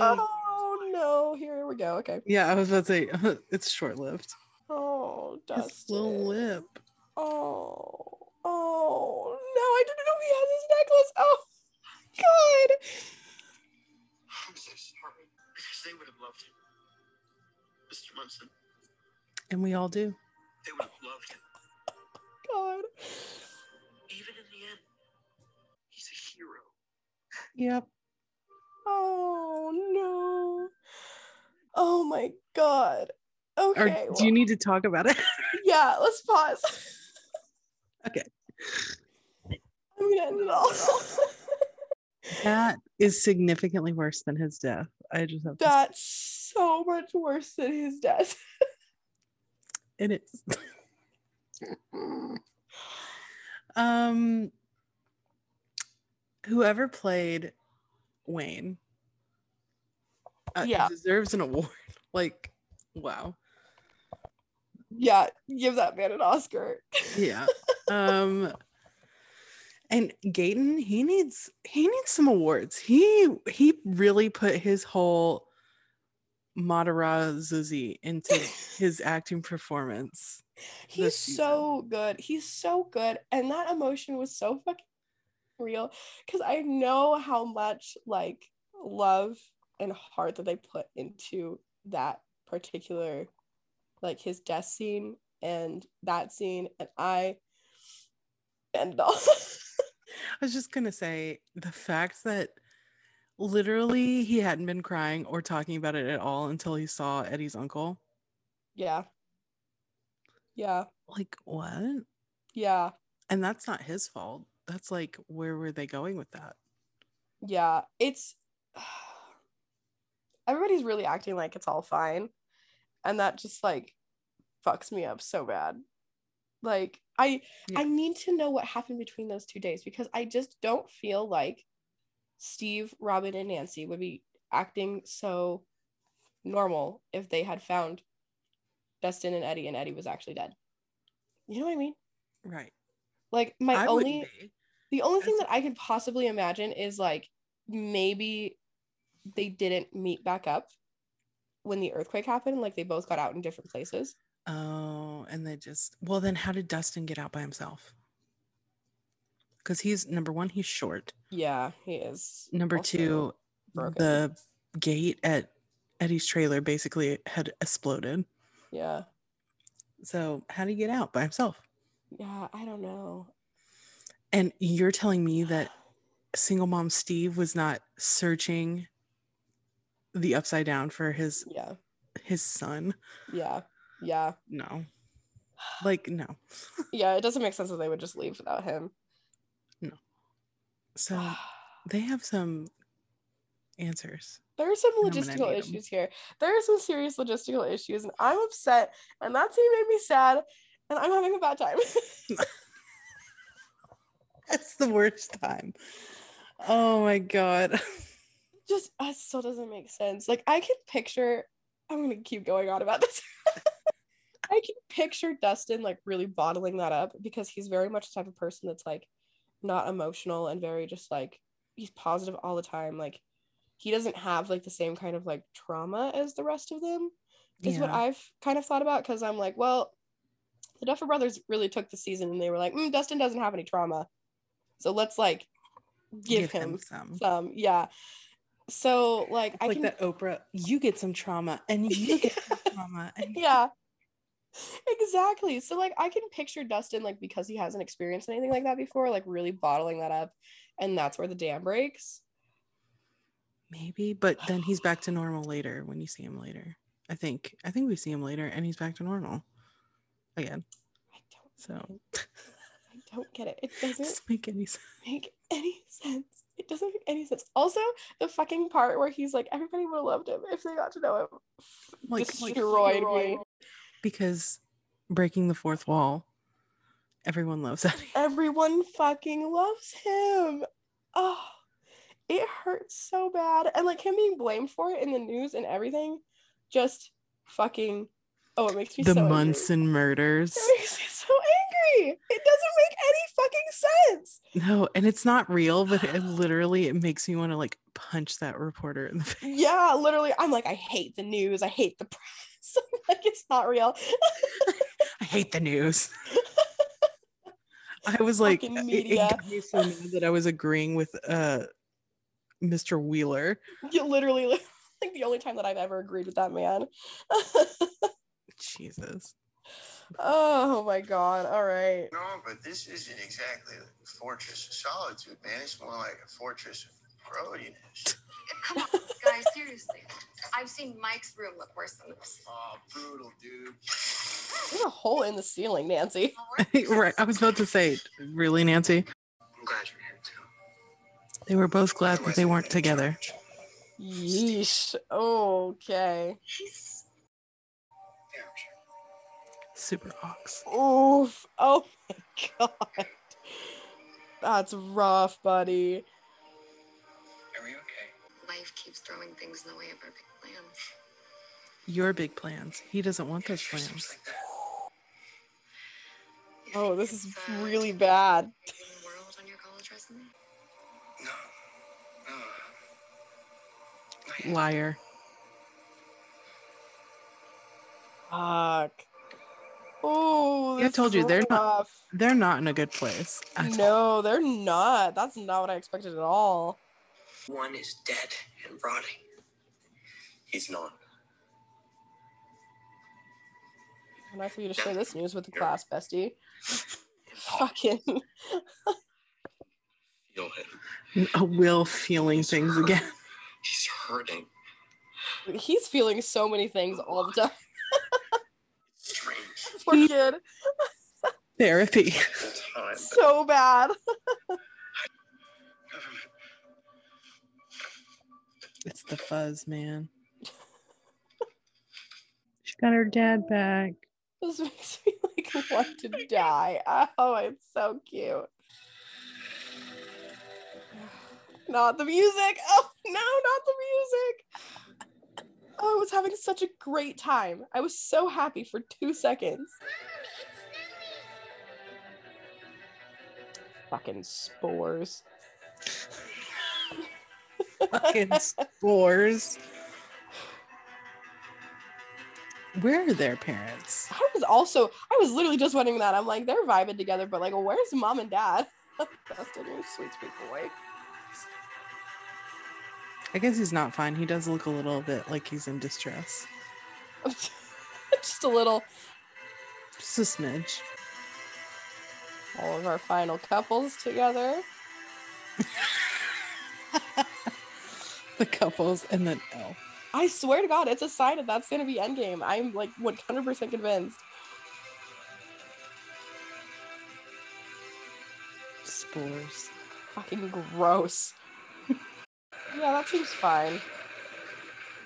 S2: Oh no, here we go. Okay.
S3: yeah, I was about to say it's short lived.
S2: Oh,
S3: His little
S2: Dustin.
S3: lip.
S2: Oh, oh no, I didn't know he has his necklace. Oh god.
S5: I'm so sorry. Because they would have loved him. Mr. Munson,
S3: And we all do.
S5: they would have loved him.
S2: Oh, God.
S5: Even in the end, he's a hero.
S3: Yep.
S2: Oh no. Oh my god.
S3: Or
S2: Okay.
S3: do
S2: well,
S3: you need to talk about it?
S2: yeah, let's pause.
S3: Okay.
S2: I'm gonna end it all.
S3: that is significantly worse than his death. I just have to say
S2: That's so much worse than his death.
S3: it is. um whoever played Wayne uh,
S2: Yeah.
S3: deserves an award. Like, wow.
S2: Yeah, give that man an Oscar.
S3: Yeah. um and Gayton, he needs he needs some awards. He he really put his whole Matarazzi into his acting performance.
S2: He's
S3: season.
S2: so good. He's so good. And that emotion was so fucking real because I know how much like love and heart that they put into that particular like his death scene and that scene. And I and all
S3: I was just gonna say the fact that literally he hadn't been crying or talking about it at all until he saw Eddie's uncle.
S2: yeah. Yeah.
S3: Like what?
S2: Yeah.
S3: And that's not his fault. That's like where were they going with that?
S2: Yeah. It's everybody's really acting like it's all fine. And that just like fucks me up so bad. Like I I
S3: Yeah.
S2: need to know what happened between those two days because I just don't feel like Steve, Robin, and Nancy would be acting so normal if they had found Dustin and Eddie and Eddie was actually dead. You know what I mean?
S3: Right.
S2: Like my
S3: I
S2: only
S3: wouldn't be.
S2: the only thing
S3: As-
S2: that I could possibly imagine is like maybe they didn't meet back up when the earthquake happened. Like they both got out in different places.
S3: Oh, and they just well then how did Dustin get out by himself? Because he's number one, he's short.
S2: Yeah, he is.
S3: Number
S2: also
S3: two,
S2: broken.
S3: the gate at Eddie's trailer basically had exploded.
S2: Yeah.
S3: So how did he get out by himself?
S2: Yeah, I don't know.
S3: And you're telling me that single mom Steve was not searching the upside down for his
S2: Yeah.
S3: his son?
S2: Yeah. Yeah.
S3: No. Like no.
S2: Yeah, it doesn't make sense that they would just leave without him.
S3: So they have some answers.
S2: There are some
S3: I'm gonna need
S2: logistical
S3: 'em.
S2: issues here. There are some serious logistical issues, and I'm upset, and that scene made me sad, and I'm having a bad time.
S3: That's the worst time. Oh my god.
S2: Just that still doesn't make sense. Like I can picture. I'm gonna keep going on about this. I can picture Dustin like really bottling that up because he's very much the type of person that's like not emotional and very just like he's positive all the time. Like he doesn't have like the same kind of like trauma as the rest of them. is what I've kind of thought about because I'm like, well, the Duffer Brothers really took the season and they were like, mm, Dustin doesn't have any trauma, so let's like give, him,
S3: some.
S2: some, Um, yeah. So like,
S3: It's
S2: I
S3: like
S2: can,
S3: that Oprah, you get some trauma and you get some trauma. And
S2: yeah, exactly. So like, I can picture Dustin like because he hasn't experienced anything like that before, like really bottling that up, and that's where the dam breaks.
S3: maybe, but then he's back to normal later when you see him later. I think. I think we see him later and he's back to normal again.
S2: I don't,
S3: So
S2: I don't get it. It doesn't
S3: doesn't make any sense.
S2: make any sense. It doesn't make any sense. Also, the fucking part where he's like, everybody would have loved him if they got to know him.
S3: Like, like
S2: destroyed me.
S3: because breaking the fourth wall, everyone loves that.
S2: Everyone fucking loves him. Oh, it hurts so bad. And like him being blamed for it in the news and everything, just fucking. Oh, it makes me
S3: the
S2: so angry.
S3: Munson murders.
S2: It makes me so angry. It doesn't make any fucking sense.
S3: No, and it's not real, but it literally it makes me want to like punch that reporter in the face.
S2: Yeah, literally. I'm like, I hate the news. I hate the press. I'm like, it's not real.
S3: I hate the news. I was like,
S2: Fucking
S3: it- it,
S2: media.
S3: got me so mad that I was agreeing with uh, Mr. Wheeler.
S2: Yeah, literally, li- like the only time that I've ever agreed with that man.
S3: Jesus,
S2: oh my god. All right.
S4: No, but this isn't exactly a fortress of solitude, man. It's more like a fortress of growiness.
S8: Come on, guys, seriously. I've seen Mike's room look worse than this.
S4: Oh, brutal, dude.
S2: There's a hole in the ceiling, Nancy.
S3: right? I was about to say, really, Nancy?
S4: I'm glad you're here, too.
S3: They were both glad that they weren't together.
S2: Yeesh. Okay.
S8: He's
S3: Super ox.
S2: Oof. Oh my god. That's rough, buddy.
S4: Are we okay?
S8: life keeps throwing things in the way of our big plans.
S3: Your big plans. He doesn't want
S4: It
S3: those
S4: sure seems
S3: plans.
S4: like that.
S8: You
S2: Oh,
S8: think
S2: this is
S8: it's, uh,
S2: really bad.
S8: New world on your college resume.
S4: No. No. Not yet.
S3: Liar.
S2: Fuck. Oh,
S3: Yeah, I
S2: this
S3: told
S2: is
S3: you, they're not-
S2: rough.
S3: They're not in a good place. at
S2: No,
S3: all.
S2: they're not. That's not what I expected at all.
S4: One is dead and rotting. He's not.
S2: Nice of you to share this news with the class, bestie.
S3: Oh.
S2: Fucking.
S4: Feel him.
S3: A will feeling things again.
S4: He's hurting.
S2: He's feeling so many things all the time.
S4: Strange.
S2: Poor kid.
S3: Therapy.
S4: The time.
S2: So bad.
S3: It's the fuzz, man.
S9: She got her dad back.
S2: This makes me like want to die. Oh, it's so cute. Not the music. Oh no, not the music. Oh, I was having such a great time. I was so happy for two seconds. Fucking spores.
S3: fucking spores. Where are their parents?
S2: I was also, I was literally just wondering that. I'm like, they're vibing together, but like, where's mom and dad? That's a little sweet, sweet boy.
S3: I guess he's not fine. He does look a little bit like he's in distress.
S2: just a little.
S3: Just a smidge.
S2: All of our final couples together.
S3: The couples and then oh.
S2: I swear to God, it's a sign that that's gonna be Endgame. I'm like 100% convinced.
S3: Spores.
S2: Fucking gross. yeah, that seems fine.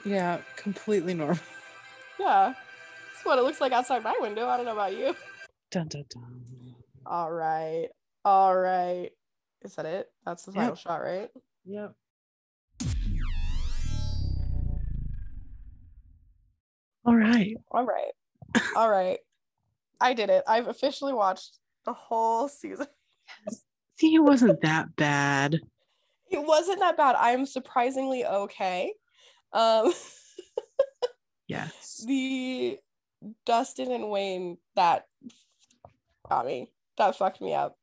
S3: Yeah, completely normal.
S2: Yeah, that's what it looks like outside my window. I don't know about you.
S3: Dun dun dun.
S2: All right, all right. Is that it? That's the final
S3: Yep.
S2: shot, right?
S9: Yep.
S3: All right.
S2: All right, all right. I did it. I've officially watched the whole season.
S3: See, it wasn't that bad.
S2: It wasn't that bad. I'm surprisingly okay. Um,
S3: Yes.
S2: the Dustin and Wayne that got me. That fucked me up.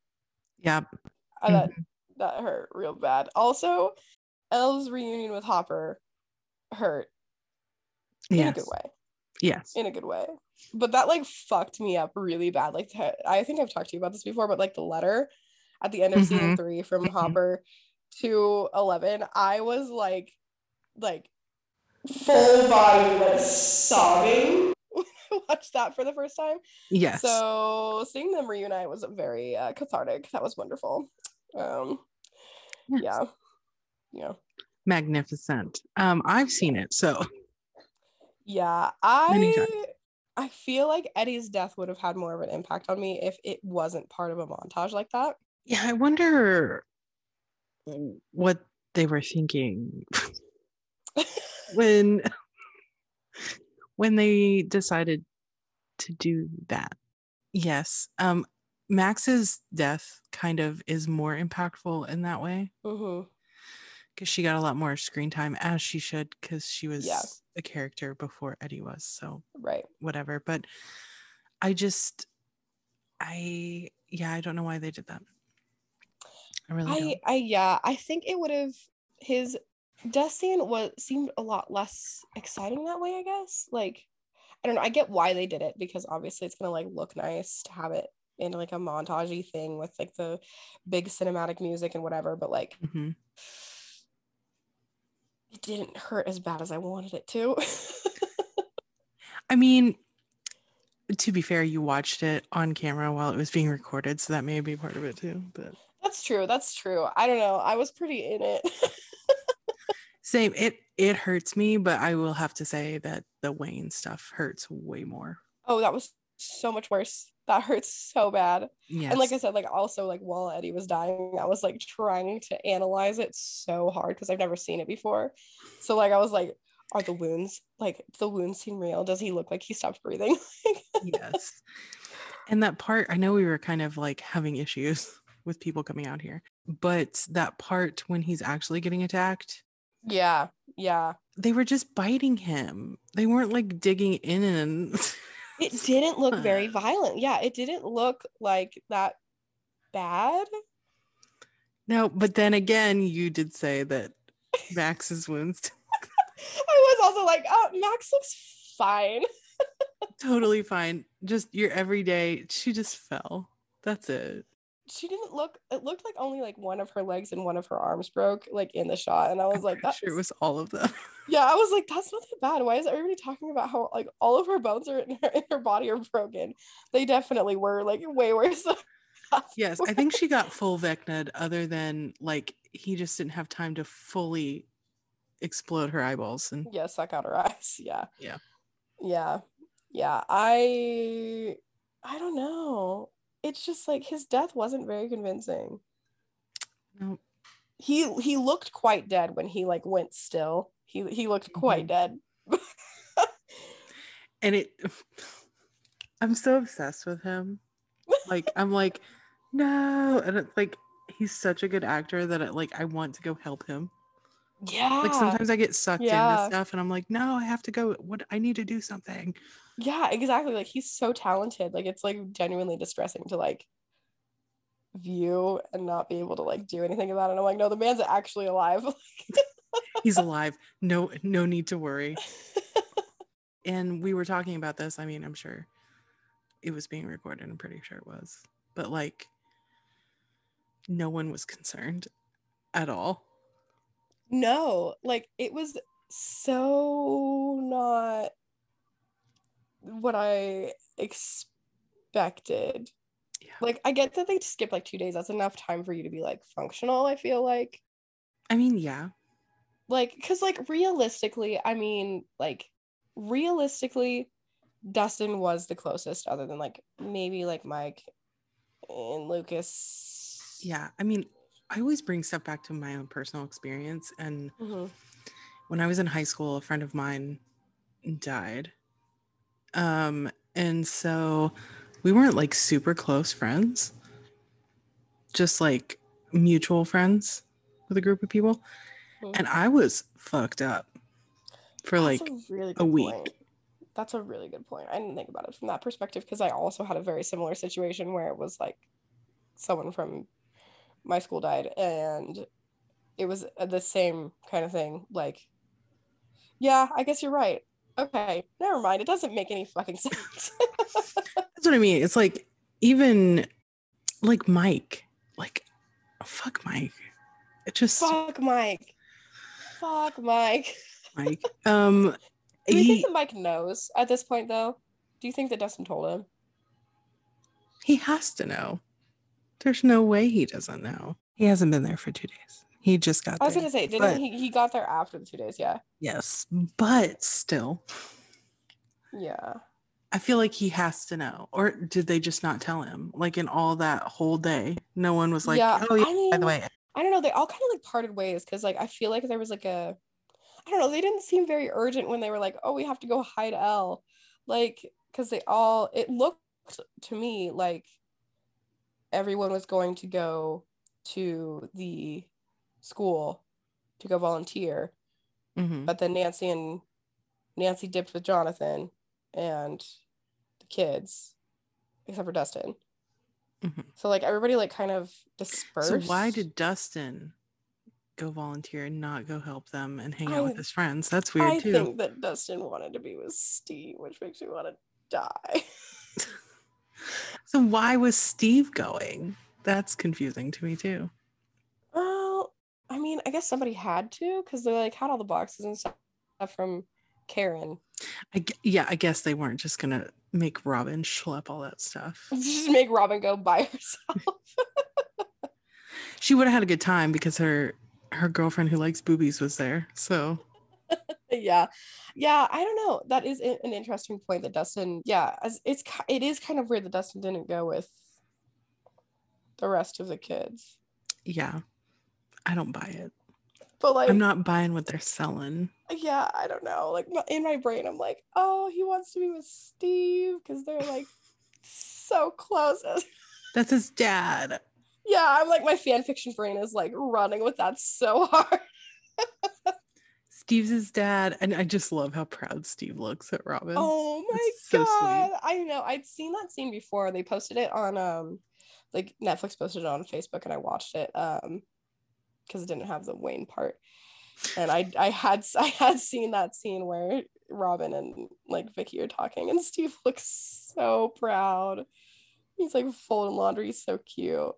S3: Yeah.
S2: I, that that hurt real bad. Also, Elle's reunion with Hopper hurt in a
S3: Yes.
S2: good way.
S3: Yes.
S2: In a good way. But that like fucked me up really bad. Like the- I think I've talked to you about this before, but like the letter at the end of season
S3: Mhm.
S2: three from
S3: Mhm.
S2: Hopper to Eleven, I was like, like full body like sobbing when I watched that for the first time.
S3: Yes.
S2: So seeing them reunite was very uh, cathartic. That was wonderful. Um,
S3: Yes.
S2: yeah, yeah,
S3: Magnificent. Um, I've seen it, so
S2: yeah.
S3: Many
S2: I
S3: times.
S2: I feel like Eddie's death would have had more of an impact on me if it wasn't part of a montage like that.
S3: yeah, I wonder what they were thinking when when they decided to do that. Yes. Um Max's death kind of is more impactful in that way
S2: hmm
S3: because she got a lot more screen time as she should because she was
S2: Yeah.
S3: a character before Eddie was. So
S2: Right.
S3: whatever. But I just, I, yeah, I don't know why they did that. I really
S2: I
S3: don't.
S2: I yeah. I think it would have his death scene was seemed a lot less exciting that way. I guess like. I don't know. I get why they did it because obviously it's gonna like look nice to have it in like a montagey thing with like the big cinematic music and whatever, but like
S3: Mhm.
S2: it didn't hurt as bad as I wanted it to.
S3: I mean, to be fair, you watched it on camera while it was being recorded, so that may be part of it too. But
S2: that's true. That's true. I don't know. I was pretty in it.
S3: same, it it hurts me, but I will have to say that the Wayne stuff hurts way more.
S2: oh, that was so much worse. That hurts so bad.
S3: Yes.
S2: And like I said, like also like while Eddie was dying, I was like trying to analyze it so hard because I've never seen it before. So like I was like, are the wounds like the wounds seem real? Does he look like he stopped breathing?
S3: yes. And that part, I know we were kind of like having issues with people coming out here, but that part when he's actually getting attacked,
S2: Yeah, yeah.
S3: they were just biting him. They weren't like digging in and
S2: It didn't look very
S3: Huh.
S2: violent. Yeah, it didn't look like that bad.
S3: no, but then again, you did say that Max's wounds
S2: I was also like, oh, Max looks fine.
S3: totally fine. Just your everyday, she just fell. That's it.
S2: She didn't look, it looked like only like one of her legs and one of her arms broke, like in the shot. And I was
S3: I'm
S2: like,
S3: pretty sure it
S2: "That's-
S3: was all of them.
S2: yeah, I was like, that's not that bad. Why is everybody talking about how like all of her bones are in her, in her body are broken? They definitely were like way worse. than that.
S3: Yes, I think she got full Vecned, other than like he just didn't have time to fully explode her eyeballs. And
S2: yeah, suck out her eyes. Yeah.
S3: Yeah.
S2: Yeah. Yeah. I I don't know. It's just like his death wasn't very convincing.
S3: Nope.
S2: He he looked quite dead when he like went still. He he looked quite
S3: Mm-hmm.
S2: dead.
S3: and it, I'm so obsessed with him. Like I'm like, no, and it's like he's such a good actor that it, like I want to go help him.
S2: Yeah.
S3: Like sometimes I get sucked
S2: Yeah.
S3: into stuff and I'm like, no, I have to go. What I need to do something.
S2: yeah, exactly. Like he's so talented. Like it's like genuinely distressing to like view and not be able to like do anything about it. I'm like, no, the man's actually alive.
S3: He's alive. No, no need to worry. and we were talking about this. I mean, I'm sure it was being recorded. I'm pretty sure it was. But like no one was concerned at all.
S2: no, like it was so not what I expected.
S3: Yeah.
S2: Like I get that they skip like two days. That's enough time for you to be like functional, I feel like.
S3: I mean, yeah.
S2: like because like realistically i mean like realistically dustin was the closest other than like maybe like mike and lucas
S3: Yeah. I mean, I always bring stuff back to my own personal experience. And
S2: Mhm.
S3: when I was in high school, a friend of mine died. Um, and so we weren't like super close friends, just like mutual friends with a group of people.
S2: Mhm.
S3: And I was fucked up for
S2: That's
S3: like,
S2: a, really
S3: week.
S2: point. that's a really good point i didn't think about it from that perspective because i also had a very similar situation where it was like someone from my school died and it was the same kind of thing like yeah i guess you're right okay never mind it doesn't make any fucking sense
S3: that's what I mean. It's like, even like Mike, like, fuck Mike. It just,
S2: Fuck Mike. Fuck Mike.
S3: Mike. Um,
S2: Do you
S3: he-
S2: think that Mike knows at this point, though? Do you think that Dustin told him?
S3: He has to know. There's no way he doesn't know. He hasn't been there for two days. He just got
S2: I was
S3: there.
S2: gonna say, didn't
S3: but-
S2: he? He got there after the two days. Yeah.
S3: Yes, but still,
S2: Yeah.
S3: I feel like he has to know. Or did they just not tell him? Like in all that whole day, no one was like,
S2: yeah.
S3: "Oh yeah."
S2: I mean,
S3: By the way,
S2: I don't know. They all kind of like parted ways because, like, I feel like there was like a, I don't know. They didn't seem very urgent when they were like, "Oh, we have to go hide L," like because they all. It looked to me like everyone was going to go to the school to go volunteer
S3: mhm.
S2: but then Nancy and Nancy dipped with Jonathan and the kids, except for Dustin.
S3: Mhm.
S2: So like everybody like kind of dispersed.
S3: so why did Dustin go volunteer and not go help them and hang out
S2: I-
S3: with his friends? That's weird
S2: I
S3: too.
S2: think that Dustin wanted to be with Steve, which makes me want to die.
S3: so why was Steve going? That's confusing to me too.
S2: Well, I mean, I guess somebody had to because they like had all the boxes and stuff from Karen.
S3: I g yeah, I guess they weren't just gonna make Robin schlep all that stuff.
S2: Just make Robin go by herself.
S3: She would have had a good time because her her girlfriend who likes boobies was there. So
S2: yeah yeah i don't know that is i- an interesting point that dustin yeah as it's ki- it is kind of weird that dustin didn't go with the rest of the kids
S3: yeah, I don't buy it.
S2: but like
S3: I'm not buying what they're selling.
S2: yeah i don't know like my- in my brain i'm like oh he wants to be with steve because they're like so close
S3: That's his dad.
S2: yeah i'm like my fan fiction brain is like running with that so hard
S3: Steve's his dad. And I just love how proud Steve looks at Robin.
S2: Oh my
S3: It's so sweet.
S2: god. I know. I'd seen that scene before. They posted it on um like Netflix posted it on Facebook and I watched it um because it didn't have the Wayne part. And I I had I had seen that scene where Robin and like Vicky are talking and Steve looks so proud. He's like folding laundry, he's so cute.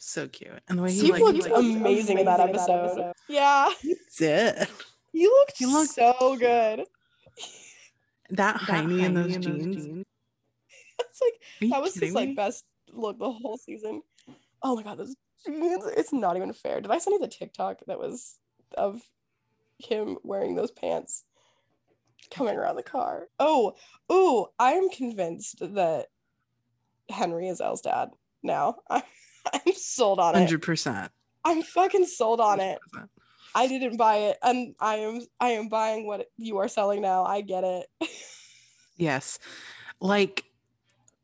S3: So cute. And the way he
S2: Steve
S3: like,
S2: looked
S3: like
S2: amazing, in that episode. Yeah.
S3: did.
S2: You looked,
S3: He looked
S2: so good.
S3: That hiney in those jeans.
S2: It's like
S3: Are you
S2: that was his
S3: kidding
S2: like
S3: me?
S2: best look the whole season. Oh my god, those jeans! It's not even fair. Did I send you the TikTok that was of him wearing those pants coming around the car? Oh, oh, I am convinced that Henry is Elle's dad now. I, I'm sold on it.
S3: 100%.
S2: I'm fucking sold on it.
S3: 100%.
S2: I didn't buy it, and I am I am buying what you are selling now. I get it.
S3: Yes. Like,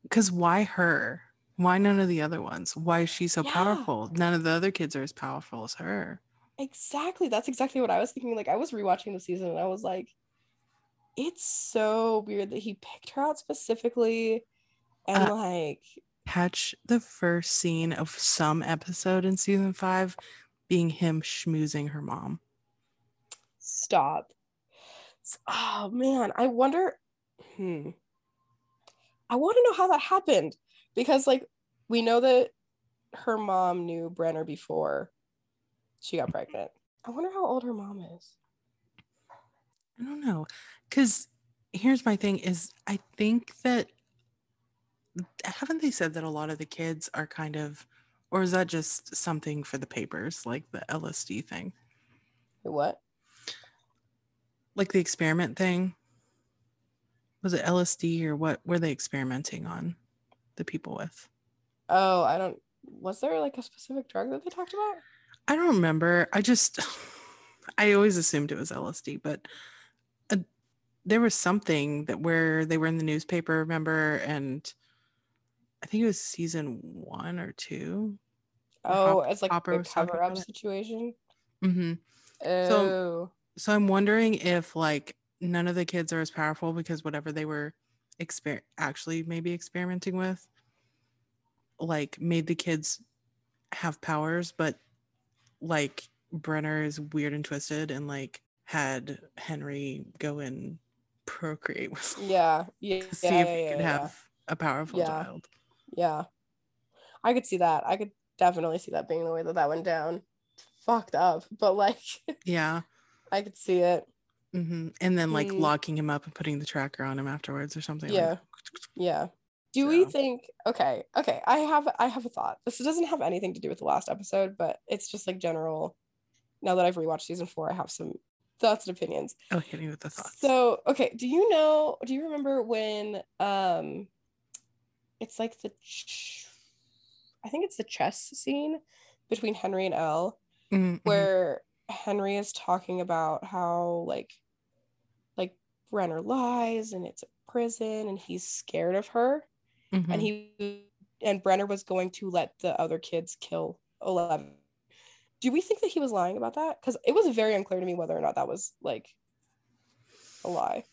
S3: because why her? Why none of the other ones? Why is she so
S2: Yeah.
S3: powerful? None of the other kids are as powerful as her.
S2: Exactly. That's exactly what I was thinking. Like I was rewatching the season and I was like, it's so weird that he picked her out specifically and
S3: Uh,
S2: like
S3: Catch the first scene of some episode in season five being him schmoozing her mom.
S2: stop. S- Oh man, I wonder. Hmm. I want to know how that happened because like we know that her mom knew Brenner before she got pregnant. I wonder how old her mom is.
S3: I don't know. Cause here's my thing is I think that haven't they said that a lot of the kids are kind of or is that just something for the papers, like the LSD thing?
S2: Wait, What?
S3: Like the experiment thing? Was it LSD or what were they experimenting on the people with?
S2: Oh, I don't. Was there like a specific drug that they talked about?
S3: I don't remember. I just, I always assumed it was LSD, but uh, there was something that where they were in the newspaper, remember? And I think it was season one or two. Or
S2: Oh,
S3: Hop-
S2: it's like
S3: Hopper
S2: the
S3: was talking
S2: cover up
S3: about it.
S2: situation.
S3: hmm
S2: Oh,
S3: So I'm wondering if like none of the kids are as powerful because whatever they were exper- actually maybe experimenting with, like made the kids have powers, but like Brenner is weird and twisted and like had Henry go and procreate with
S2: yeah, yeah,
S3: to see
S2: yeah,
S3: if
S2: yeah,
S3: he
S2: yeah,
S3: could
S2: yeah,
S3: have a powerful
S2: Yeah.
S3: child.
S2: yeah. I could see that. I could definitely see that being the way that that went down. Fucked up, but like
S3: Yeah.
S2: I could see it.
S3: hmm And then like
S2: Mm.
S3: locking him up and putting the tracker on him afterwards or something.
S2: Yeah,
S3: Like,
S2: yeah. Do we
S3: So-
S2: think? Okay, okay. I have, I have a thought. This doesn't have anything to do with the last episode, but it's just like general. Now that I've rewatched season four, I have some thoughts and opinions.
S3: oh, hit me with the thoughts.
S2: So, okay, do you know, do you remember when um it's like the ch- I think it's the chess scene between Henry and Elle
S3: Mm, mhm.
S2: where Henry is talking about how like like Brenner lies and it's a prison and he's scared of her and
S3: Mhm.
S2: he and Brenner was going to let the other kids kill Eleven. Do we think that he was lying about that? Because it was very unclear to me whether or not that was like a lie.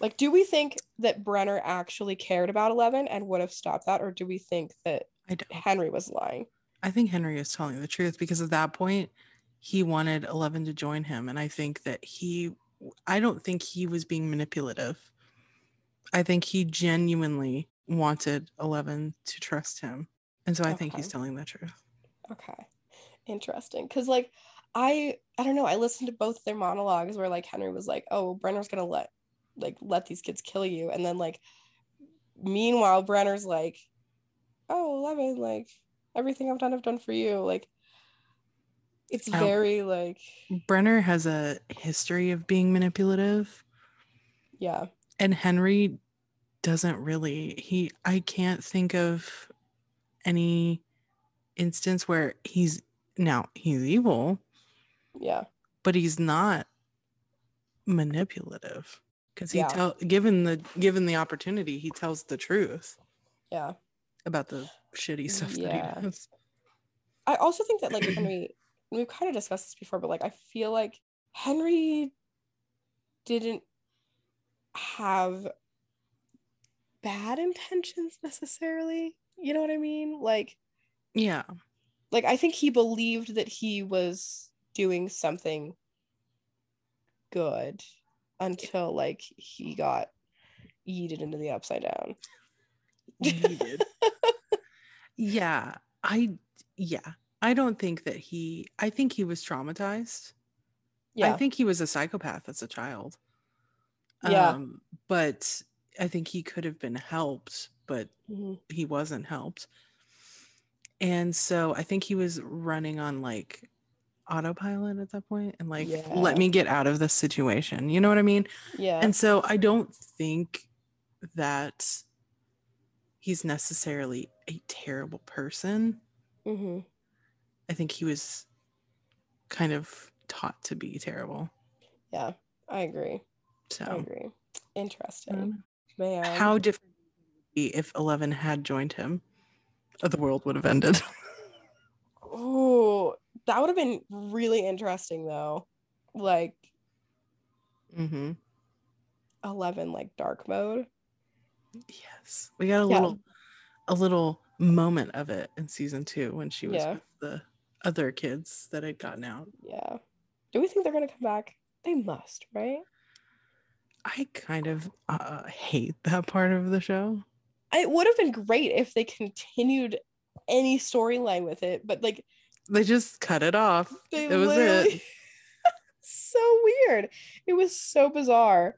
S2: Like, do we think that Brenner actually cared about Eleven and would have stopped that, or do we think that
S3: I don't.
S2: Henry was lying?
S3: I think Henry was telling the truth because at that point he wanted Eleven to join him, and I think that he, I don't think he was being manipulative. I think he genuinely wanted Eleven to trust him, and so I think he's
S2: Okay.
S3: telling the truth.
S2: Okay, interesting. Because like, I I don't know. I listened to both their monologues where like Henry was like, "Oh, well, Brenner's gonna let like let these kids kill you," and then like, meanwhile Brenner's like, "Oh, Eleven, like everything I've done, I've done for you." Like, it's
S3: Um,
S2: very like,
S3: Brenner has a history of being manipulative,
S2: yeah,
S3: and Henry doesn't really. He, I can't think of any instance where he's now he's evil,
S2: yeah,
S3: but he's not manipulative because he
S2: Yeah.
S3: tell given the given the opportunity he tells the truth
S2: yeah.
S3: about the shitty stuff that
S2: Mm, Yeah.
S3: he does
S2: I also think that like Henry, we've kind of discussed this before, but like I feel like Henry didn't have bad intentions necessarily. You know what I mean? Like,
S3: yeah
S2: like I think he believed that he was doing something good until like he got yeeted into the upside down.
S3: needed yeah i yeah i don't think that he i think he was traumatized i
S2: Yeah.
S3: think he was a psychopath as a child
S2: Yeah.
S3: um but i think he could have been helped but
S2: Mhm.
S3: he wasn't helped and so i think he was running on like autopilot at that point and like
S2: Yeah.
S3: let me get out of this situation you know what i mean
S2: Yeah.
S3: and so i don't think that he's necessarily a terrible person
S2: hmm
S3: i think he was kind of taught to be terrible
S2: Yeah. I agree. I
S3: so
S2: agree.
S3: I don't
S2: Interesting.
S3: know.
S2: Man.
S3: Oh. Um, how different would it be if 11 had joined him Oh, the world would have ended
S2: Oh, That would have been really interesting though. Like
S3: Mm-hmm.
S2: 11 like dark mode.
S3: Yes. We got a
S2: Yeah.
S3: little a little moment of it in season two when she was
S2: Yeah.
S3: with the other kids that had gotten out.
S2: Yeah. Do we think they're going to come back? They must, right?
S3: I kind of uh, hate that part of the show.
S2: It would have been great if they continued any storyline with it, but like
S3: They just cut it off.
S2: they
S3: it was
S2: literally
S3: it.
S2: so weird. It was so bizarre.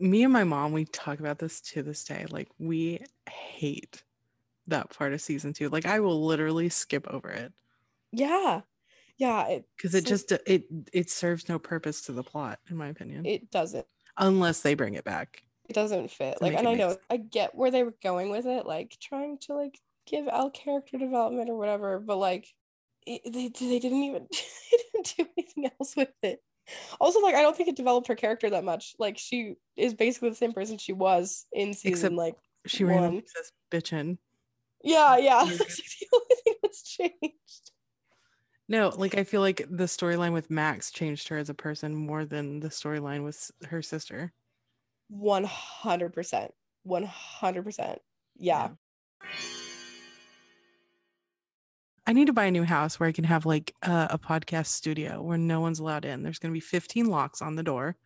S3: Me and my mom, we talk about this to this day. Like we hate that part of season two. Like I will literally skip over it
S2: Yeah. Yeah, it
S3: because it
S2: So-
S3: just it it serves no purpose to the plot, in my opinion.
S2: it doesn't
S3: Unless they bring it back.
S2: it doesn't fit.
S3: To
S2: Like
S3: make
S2: and
S3: it
S2: I
S3: make
S2: know
S3: sense.
S2: I get where they were going with it, like trying to like give Al character development or whatever, but like it, they they didn't even they didn't do anything else with it. Also, like I don't think it developed her character that much. Like she is basically the same person she was in season
S3: Except-
S2: like
S3: She ran
S2: One.
S3: off says bitchin.
S2: Yeah, yeah.
S3: You're
S2: That's like the only thing that's changed.
S3: No, like I feel like the storyline with Max changed her as a person more than the storyline with s- her sister.
S2: One hundred percent. One hundred percent. Yeah.
S3: I need to buy a new house where I can have like a a podcast studio where no one's allowed in. There's going to be 15 locks on the door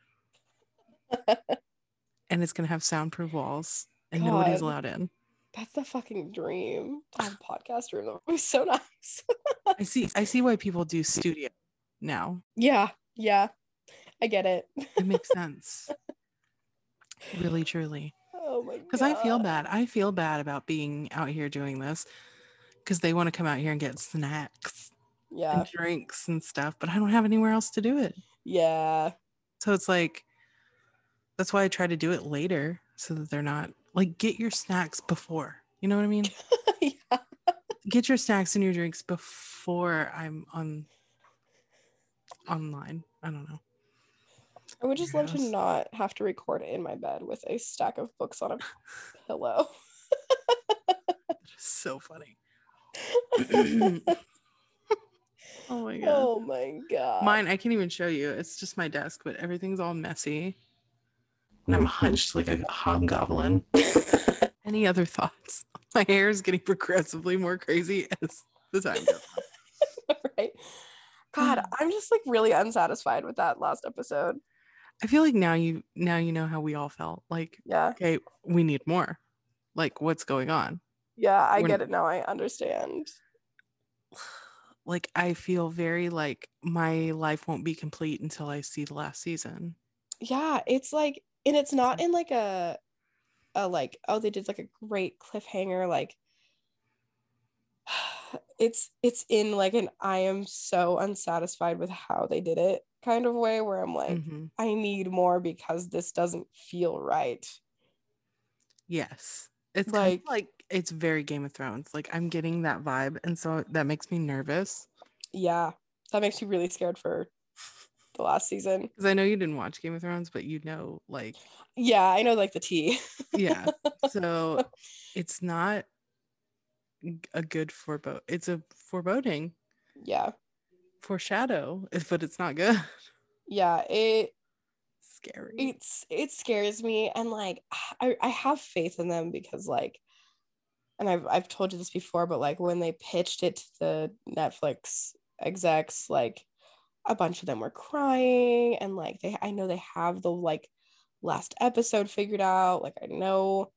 S3: and it's going to have soundproof walls and nobody's
S2: God.
S3: allowed in.
S2: That's the fucking dream. To have a podcast room. That would be so nice.
S3: I see I see why people do studio now.
S2: yeah, yeah. I get it.
S3: It makes sense. really truly.
S2: Oh my god.
S3: Cuz I feel bad. I feel bad about being out here doing this cuz they want to come out here and get snacks
S2: Yeah.
S3: and drinks and stuff, but I don't have anywhere else to do it.
S2: Yeah.
S3: So it's like that's why I try to do it later so that they're not like get your snacks before. You know what I mean?
S2: yeah.
S3: Get your snacks and your drinks before I'm on online. I don't know.
S2: I would just love to
S3: Yes.
S2: not have to record it in my bed with a stack of books on a pillow.
S3: It's just so funny.
S2: oh
S3: Oh my god.
S2: my god.
S3: Mine, I can't even show you. It's just my desk, but everything's all messy. And I'm hunched like a hobgoblin. Any other thoughts? My hair is getting progressively more crazy as the time goes. on.
S2: right.
S3: Mm.
S2: God, I'm just like really unsatisfied with that last episode.
S3: I feel like now you now you know how we all felt. Like
S2: Yeah.
S3: okay, we need more. Like, what's going on?
S2: Yeah, I
S3: When-
S2: get it now. I understand.
S3: Like, I feel very like my life won't be complete until I see the last season.
S2: yeah it's like and it's not in like a a like oh they did like a great cliffhanger like it's it's in like an i am so unsatisfied with how they did it kind of way where i'm like
S3: Mhm.
S2: i need more because this doesn't feel right
S3: Yes. It's like,
S2: Like-
S3: like it's very Game of Thrones. Like I'm getting that vibe. And so that makes me nervous.
S2: yeah that makes me really scared for the last season
S3: Because I know you didn't watch Game of Thrones, but you know, like,
S2: yeah i know like the tea
S3: yeah. so it's not g- a good forebode. It's a foreboding,
S2: yeah
S3: foreshadow, but it's not good.
S2: yeah it
S3: Scary.
S2: it's it scares me and like I, I have faith in them because like and I've I've told you this before but like when they pitched it to the Netflix execs like a bunch of them were crying and like they I know they have the like last episode figured out like I know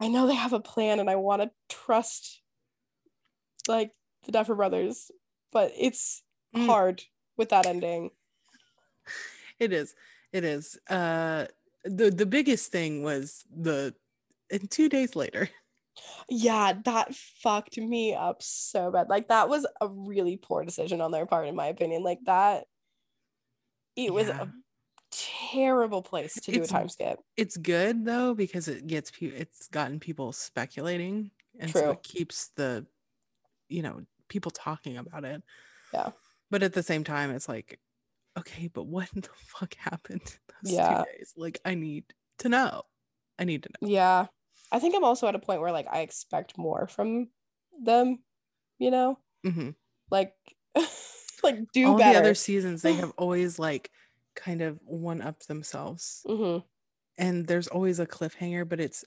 S2: I know they have a plan and I want to trust like the Duffer brothers but it's
S3: Mm.
S2: hard with that ending
S3: It is. It is. Uh the the biggest thing was the and two days later.
S2: Yeah, that fucked me up so bad. Like that was a really poor decision on their part, in my opinion. Like that, it was
S3: Yeah.
S2: a terrible place to do
S3: It's-
S2: a time skip.
S3: It's good though because it gets pe- it's gotten people speculating and so
S2: True.
S3: it keeps the you know people talking about it.
S2: Yeah.
S3: But at the same time it's like okay, but what the fuck happened in those
S2: Yeah.
S3: two days? Like I need to know. I need to know.
S2: Yeah, I think I'm also at a point where like I expect more from them. You know,
S3: Mhm.
S2: like like do
S3: all
S2: better.
S3: the other seasons they have always like kind of one up themselves
S2: Mhm.
S3: and there's always a cliffhanger but it's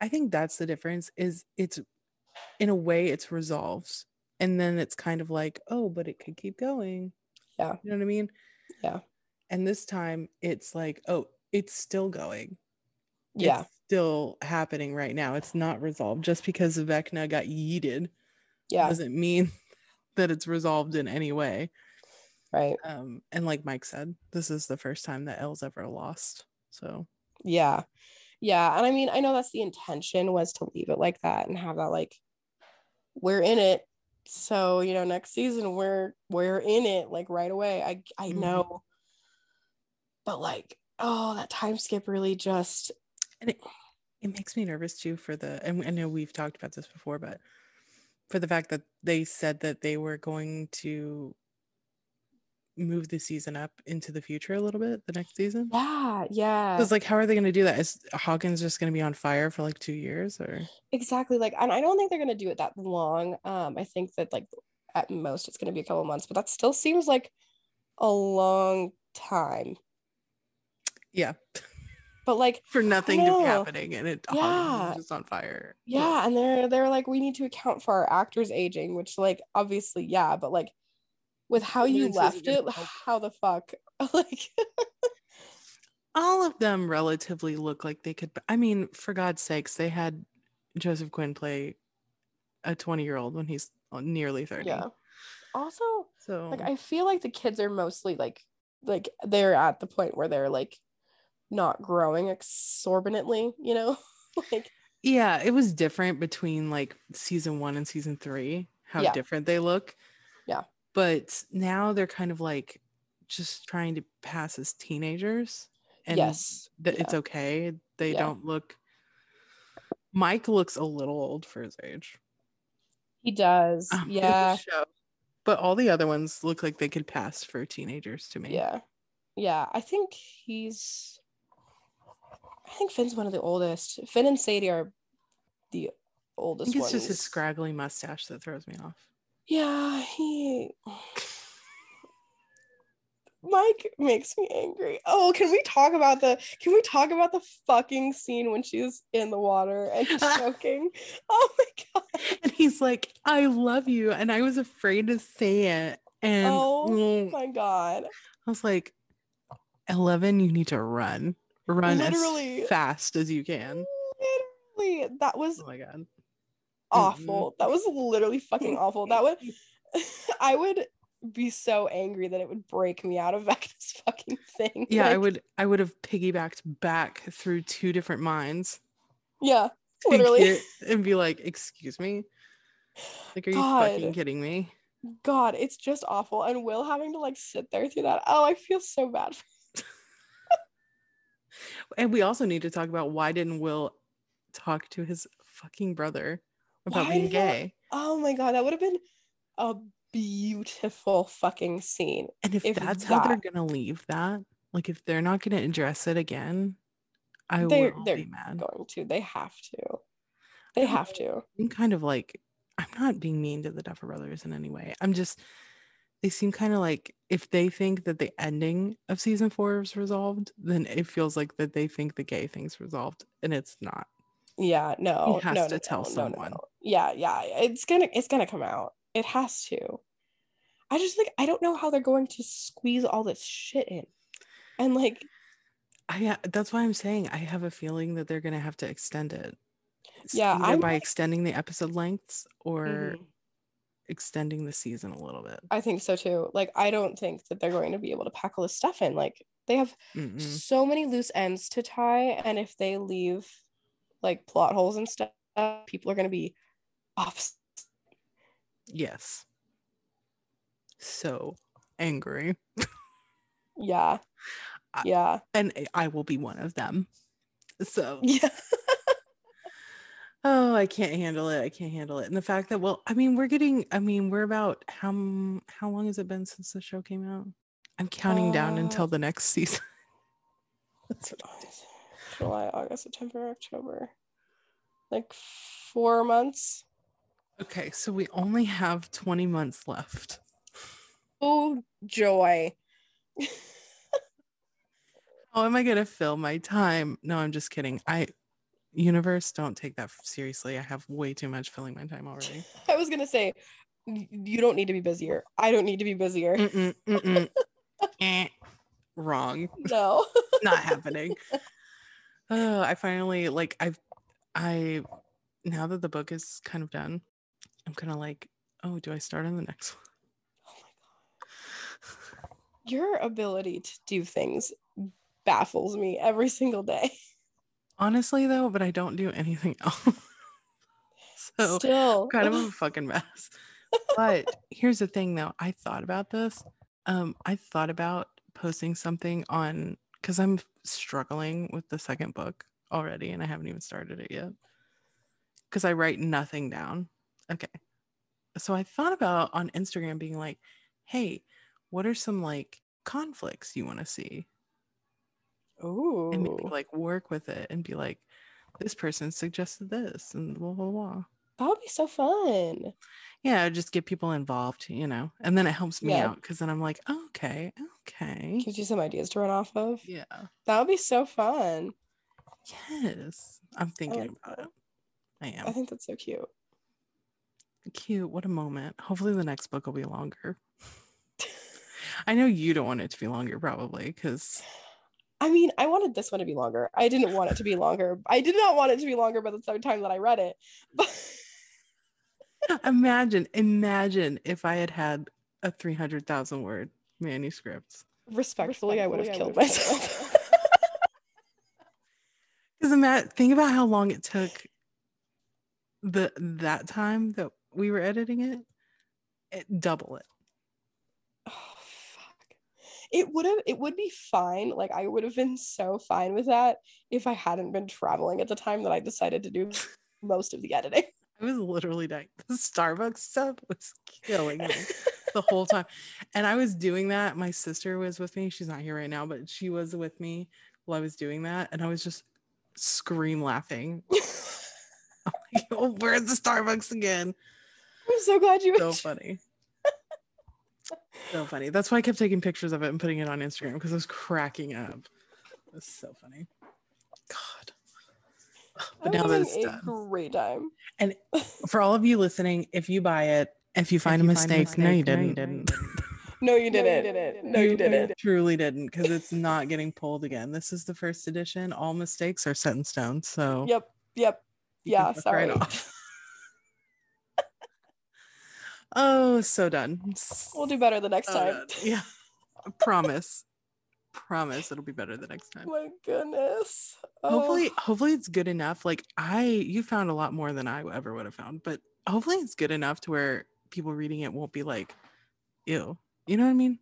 S3: i think that's the difference is it's in a way it's resolves and then it's kind of like oh but it could keep going
S2: Yeah.
S3: you know what i mean
S2: Yeah.
S3: and this time it's like oh it's still going It's
S2: Yeah.
S3: still happening right now it's not resolved just because vecna got yeeted
S2: Yeah.
S3: doesn't mean that it's resolved in any way
S2: right.
S3: um and like mike said this is the first time that elle's ever lost so
S2: Yeah. Yeah. And I mean, I know that's the intention was to leave it like that and have that like we're in it. So, you know, next season we're we're in it like right away. I I
S3: Mhm.
S2: know. But like, oh, that time skip really just
S3: it makes me nervous too for the and i know we've talked about this before but for the fact that they said that they were going to move the season up into the future a little bit the next season
S2: yeah, yeah.
S3: So it's like how are they going to do that is hawkins just going to be on fire for like two years or
S2: exactly like and i don't think they're going to do it that long um i think that like at most it's going to be a couple months but that still seems like a long time
S3: yeah
S2: but like
S3: for nothing to
S2: know.
S3: be happening and it hawkins
S2: Yeah.
S3: is just on fire
S2: yeah and they're they're like we need to account for our actors aging which like obviously yeah but like with how you
S3: This isn't
S2: left it
S3: gonna help.
S2: how the fuck like
S3: all of them relatively look like they could i mean for god's sakes they had joseph quinn play a 20 year old when he's nearly 30
S2: yeah also
S3: so
S2: like i feel like the kids are mostly like like they're at the point where they're like not growing exorbitantly you know like
S3: yeah it was different between like season one and season three how
S2: Yeah.
S3: different they look
S2: Yeah.
S3: but now they're kind of like just trying to pass as teenagers and
S2: yes
S3: that
S2: yeah.
S3: it's okay they
S2: Yeah.
S3: don't look mike looks a little old for his age
S2: He does.
S3: um, in the
S2: yeah.
S3: show. but all the other ones look like they could pass for teenagers to me
S2: Yeah. Yeah. I think he's I think Finn's one of the oldest. Finn and Sadie are the
S3: i
S2: oldest
S3: think it's just his
S2: ones.
S3: scraggly mustache that throws me off
S2: Yeah, he Mike makes me angry. Oh, can we talk about the can we talk about the fucking scene when she's in the water and choking? oh my god.
S3: and he's like i love you and i was afraid to say it and
S2: Oh
S3: mm,
S2: My god.
S3: i was like 11 you need to run run
S2: Literally.
S3: as fast as you can
S2: Literally. That was
S3: oh my god Mm-hmm.
S2: awful. That was literally fucking awful. That would I would be so angry that it would break me out of Vecna's fucking thing.
S3: yeah i
S2: Like,
S3: would i would have piggybacked back through two different minds
S2: Yeah,
S3: to
S2: literally.
S3: get- and be like excuse me like are you fucking
S2: God.
S3: kidding me
S2: God, it's just awful. And Will having to like sit there through that. Oh, I feel so bad. For-
S3: and we also need to talk about why didn't will talk to his fucking brother about
S2: Why
S3: being
S2: did not-
S3: gay
S2: oh my God, that would have been a beautiful fucking scene.
S3: and if,
S2: if
S3: that's how they're
S2: that-
S3: gonna leave that like if they're not gonna address it again i
S2: They're-
S3: will
S2: they're
S3: be mad
S2: Going to, they have to. They have to.
S3: seem kind of like I'm not being mean to the Duffer Brothers in any way. I'm just they seem kind of like if they think that the ending of season four is resolved, then it feels like that they think the gay thing's resolved and it's not.
S2: Yeah, no,
S3: has
S2: no,
S3: to
S2: no,
S3: tell
S2: no, no, No,
S3: someone.
S2: no. Yeah, yeah, it's gonna, it's gonna come out. It has to. I just like I don't know how they're going to squeeze all this shit in, and like
S3: I ha- that's why I'm saying I have a feeling that they're gonna have to extend it. S-
S2: Yeah,
S3: either
S2: I'm
S3: by
S2: like-
S3: extending the episode lengths or
S2: mhm,
S3: extending the season a little bit.
S2: I think so too. Like I don't think that they're going to be able to pack all this stuff in. Like they have
S3: Mm-mm.
S2: so many loose ends to tie, and if they leave like plot holes and stuff, people are going to be off.
S3: Yes. So angry,
S2: Yeah,
S3: I-
S2: yeah,
S3: and I- I will be one of them. So
S2: yeah.
S3: Oh, I can't handle it. I can't handle it. And the fact that, well, I mean, we're getting, I mean, we're about how m- how long has it been since the show came out? I'm counting down
S2: Uh,
S3: until the next season. That's what I did.
S2: July, August, September, October, like four months.
S3: okay, so we only have 20 months left.
S2: Oh joy.
S3: How am I going to fill my time? No, I'm just kidding. I, universe, don't take that seriously. I have way too much filling my time already.
S2: I was gonna say, y- you don't need to be busier. I don't need to be busier.
S3: Mm-mm, mm-mm. Eh, Wrong.
S2: No.
S3: Not happening. Oh, I finally, like, I've, I, now that the book is kind of done, I'm kind of like, oh, do I start on the next one?
S2: Oh my god. Your ability to do things baffles me every single day.
S3: Honestly, though, but I don't do anything else. so,
S2: Still.
S3: kind of a fucking mess. But here's the thing though, I thought about this. Um, I thought about posting something on because I'm struggling with the second book already and I haven't even started it yet. Because I write nothing down. Okay. So I thought about on Instagram being like, hey, what are some like conflicts you want to see? and maybe
S2: Ooh.
S3: like work with it and be like, this person suggested this and blah blah blah.
S2: That would be so fun.
S3: Yeah, just get people involved, you know, and then it helps me
S2: Yeah.
S3: out because then I'm like, "Oh, okay, okay,
S2: Gives you some ideas to run off of.
S3: yeah,
S2: That would be so fun.
S3: yes. I'm thinking
S2: like
S3: about it. I
S2: I
S3: am
S2: think that's so cute.
S3: cute. What a moment. Hopefully, the next book will be longer. I know you don't want it to be longer, probably, because
S2: I mean, I wanted this one to be longer. I didn't want it to be longer. I did not want it to be longer by the third time that I read it. But
S3: imagine, imagine if I had had a three hundred thousand word manuscript.
S2: respectfully, I would have killed myself.
S3: Because Matt, think about how long it took the that time that we were editing it. it double it.
S2: oh fuck. It would have it would be fine. Like I would have been so fine with that if I hadn't been traveling at the time that I decided to do most of the editing.
S3: I was literally dying. The Starbucks stuff was killing me the whole time. And I was doing that. My sister was with me. She's not here right now, but she was with me while I was doing that. And I was just scream laughing. oh, where's the Starbucks again?
S2: I'm so glad you
S3: So
S2: enjoyed-
S3: funny. So funny. That's why I kept taking pictures of it and putting it on Instagram because I was cracking up. It was so funny. God.
S2: I
S3: But
S2: was
S3: now that
S2: having
S3: it's
S2: a
S3: done.
S2: great time.
S3: for all of you listening, if you buy it, if you find a mistake, no, you didn't.
S2: No, you didn't. No, you didn't.
S3: Truly didn't, because it's not getting pulled again. This is the first edition. All mistakes are set in stone. So
S2: Yep. Yep.
S3: you can
S2: Yeah,
S3: fuck right
S2: sorry.
S3: off. oh, so done.
S2: We'll do better the next
S3: So
S2: time.
S3: done. Oh, Yeah, I promise. promise it'll be better the next time.
S2: My goodness. Oh,
S3: hopefully hopefully it's good enough like i you found a lot more than i ever would have found but hopefully it's good enough to where people reading it won't be like ew you know what i mean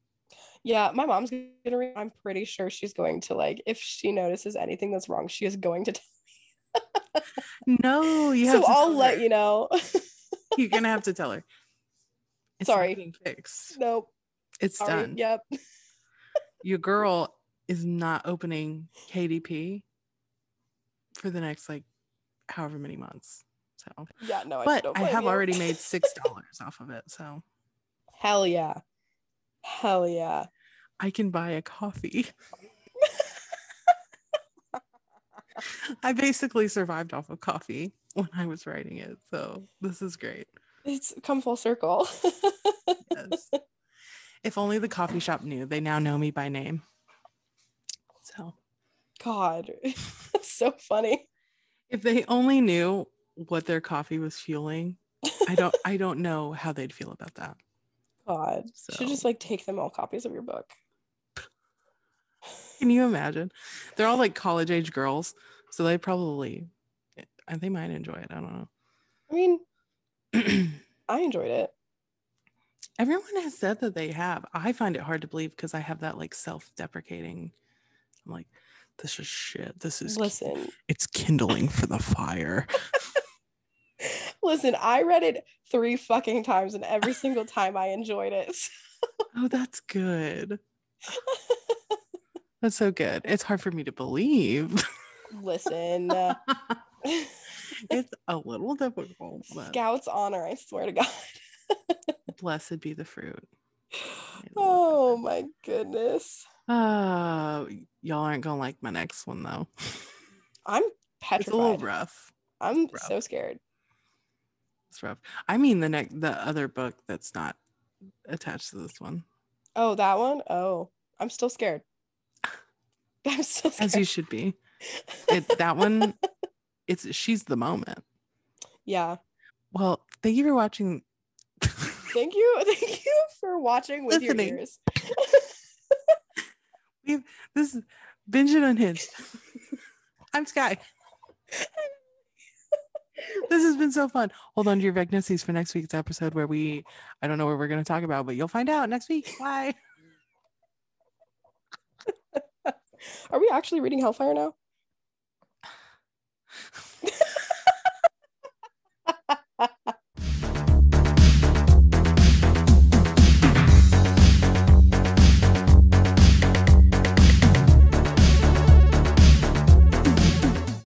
S2: Yeah, my mom's gonna read. I'm pretty sure she's going to like if she notices anything that's wrong, she is going to tell.
S3: no you have
S2: so
S3: to
S2: I'll
S3: tell
S2: let
S3: her.
S2: you know.
S3: you're gonna have to tell her it's
S2: Sorry.
S3: not being fixed
S2: nope.
S3: it's
S2: Sorry.
S3: done
S2: Yep.
S3: your girl is not opening kdp for the next like however many months so
S2: Yeah. No. I
S3: but
S2: don't
S3: i
S2: blame
S3: have
S2: you.
S3: already made six dollars off of it so
S2: Hell yeah. Hell yeah.
S3: I can buy a coffee. I basically survived off of coffee when I was writing it. So this is great.
S2: It's come full circle.
S3: Yes. if only the coffee shop knew, they now know me by name. So
S2: God, that's so funny.
S3: if they only knew what their coffee was fueling, I don't I don't know how they'd feel about that.
S2: God, should just
S3: So-
S2: like take them all copies of your book.
S3: Can you imagine? They're all like college age girls. So they probably I- they might enjoy it. I don't
S2: I mean,
S3: know.
S2: I enjoyed it.
S3: Everyone has said that they have. I find it hard to believe because I have that like self-deprecating. I'm like, this is shit. This is ki-
S2: Listen,
S3: it's kindling for the fire.
S2: listen, I read it three fucking times, and every single time I enjoyed it.
S3: oh, that's good. That's so good. It's hard for me to believe.
S2: Listen, uh,
S3: it's a little difficult. But
S2: Scout's honor, I swear to God.
S3: blessed be the fruit.
S2: Oh my goodness.
S3: Uh, y'all aren't gonna like my next one though.
S2: I'm
S3: it's a little
S2: petrified.
S3: rough.
S2: I'm
S3: rough.
S2: so scared.
S3: It's rough. I mean the next the other book that's not attached to this one.
S2: Oh, that one? Oh, I'm still scared. I'm still scared.
S3: As you should be. It, that one it's she's the moment.
S2: yeah.
S3: Well, thank you for watching.
S2: Thank you. Thank you for watching with your
S3: Listening.
S2: ears.
S3: This is Binge and Unhinged. I'm Sky. this has been so fun. Hold on to your vacancies for next week's episode where we I don't know what we're gonna talk about, but you'll find out next week. Bye.
S2: Are we actually reading Hellfire now?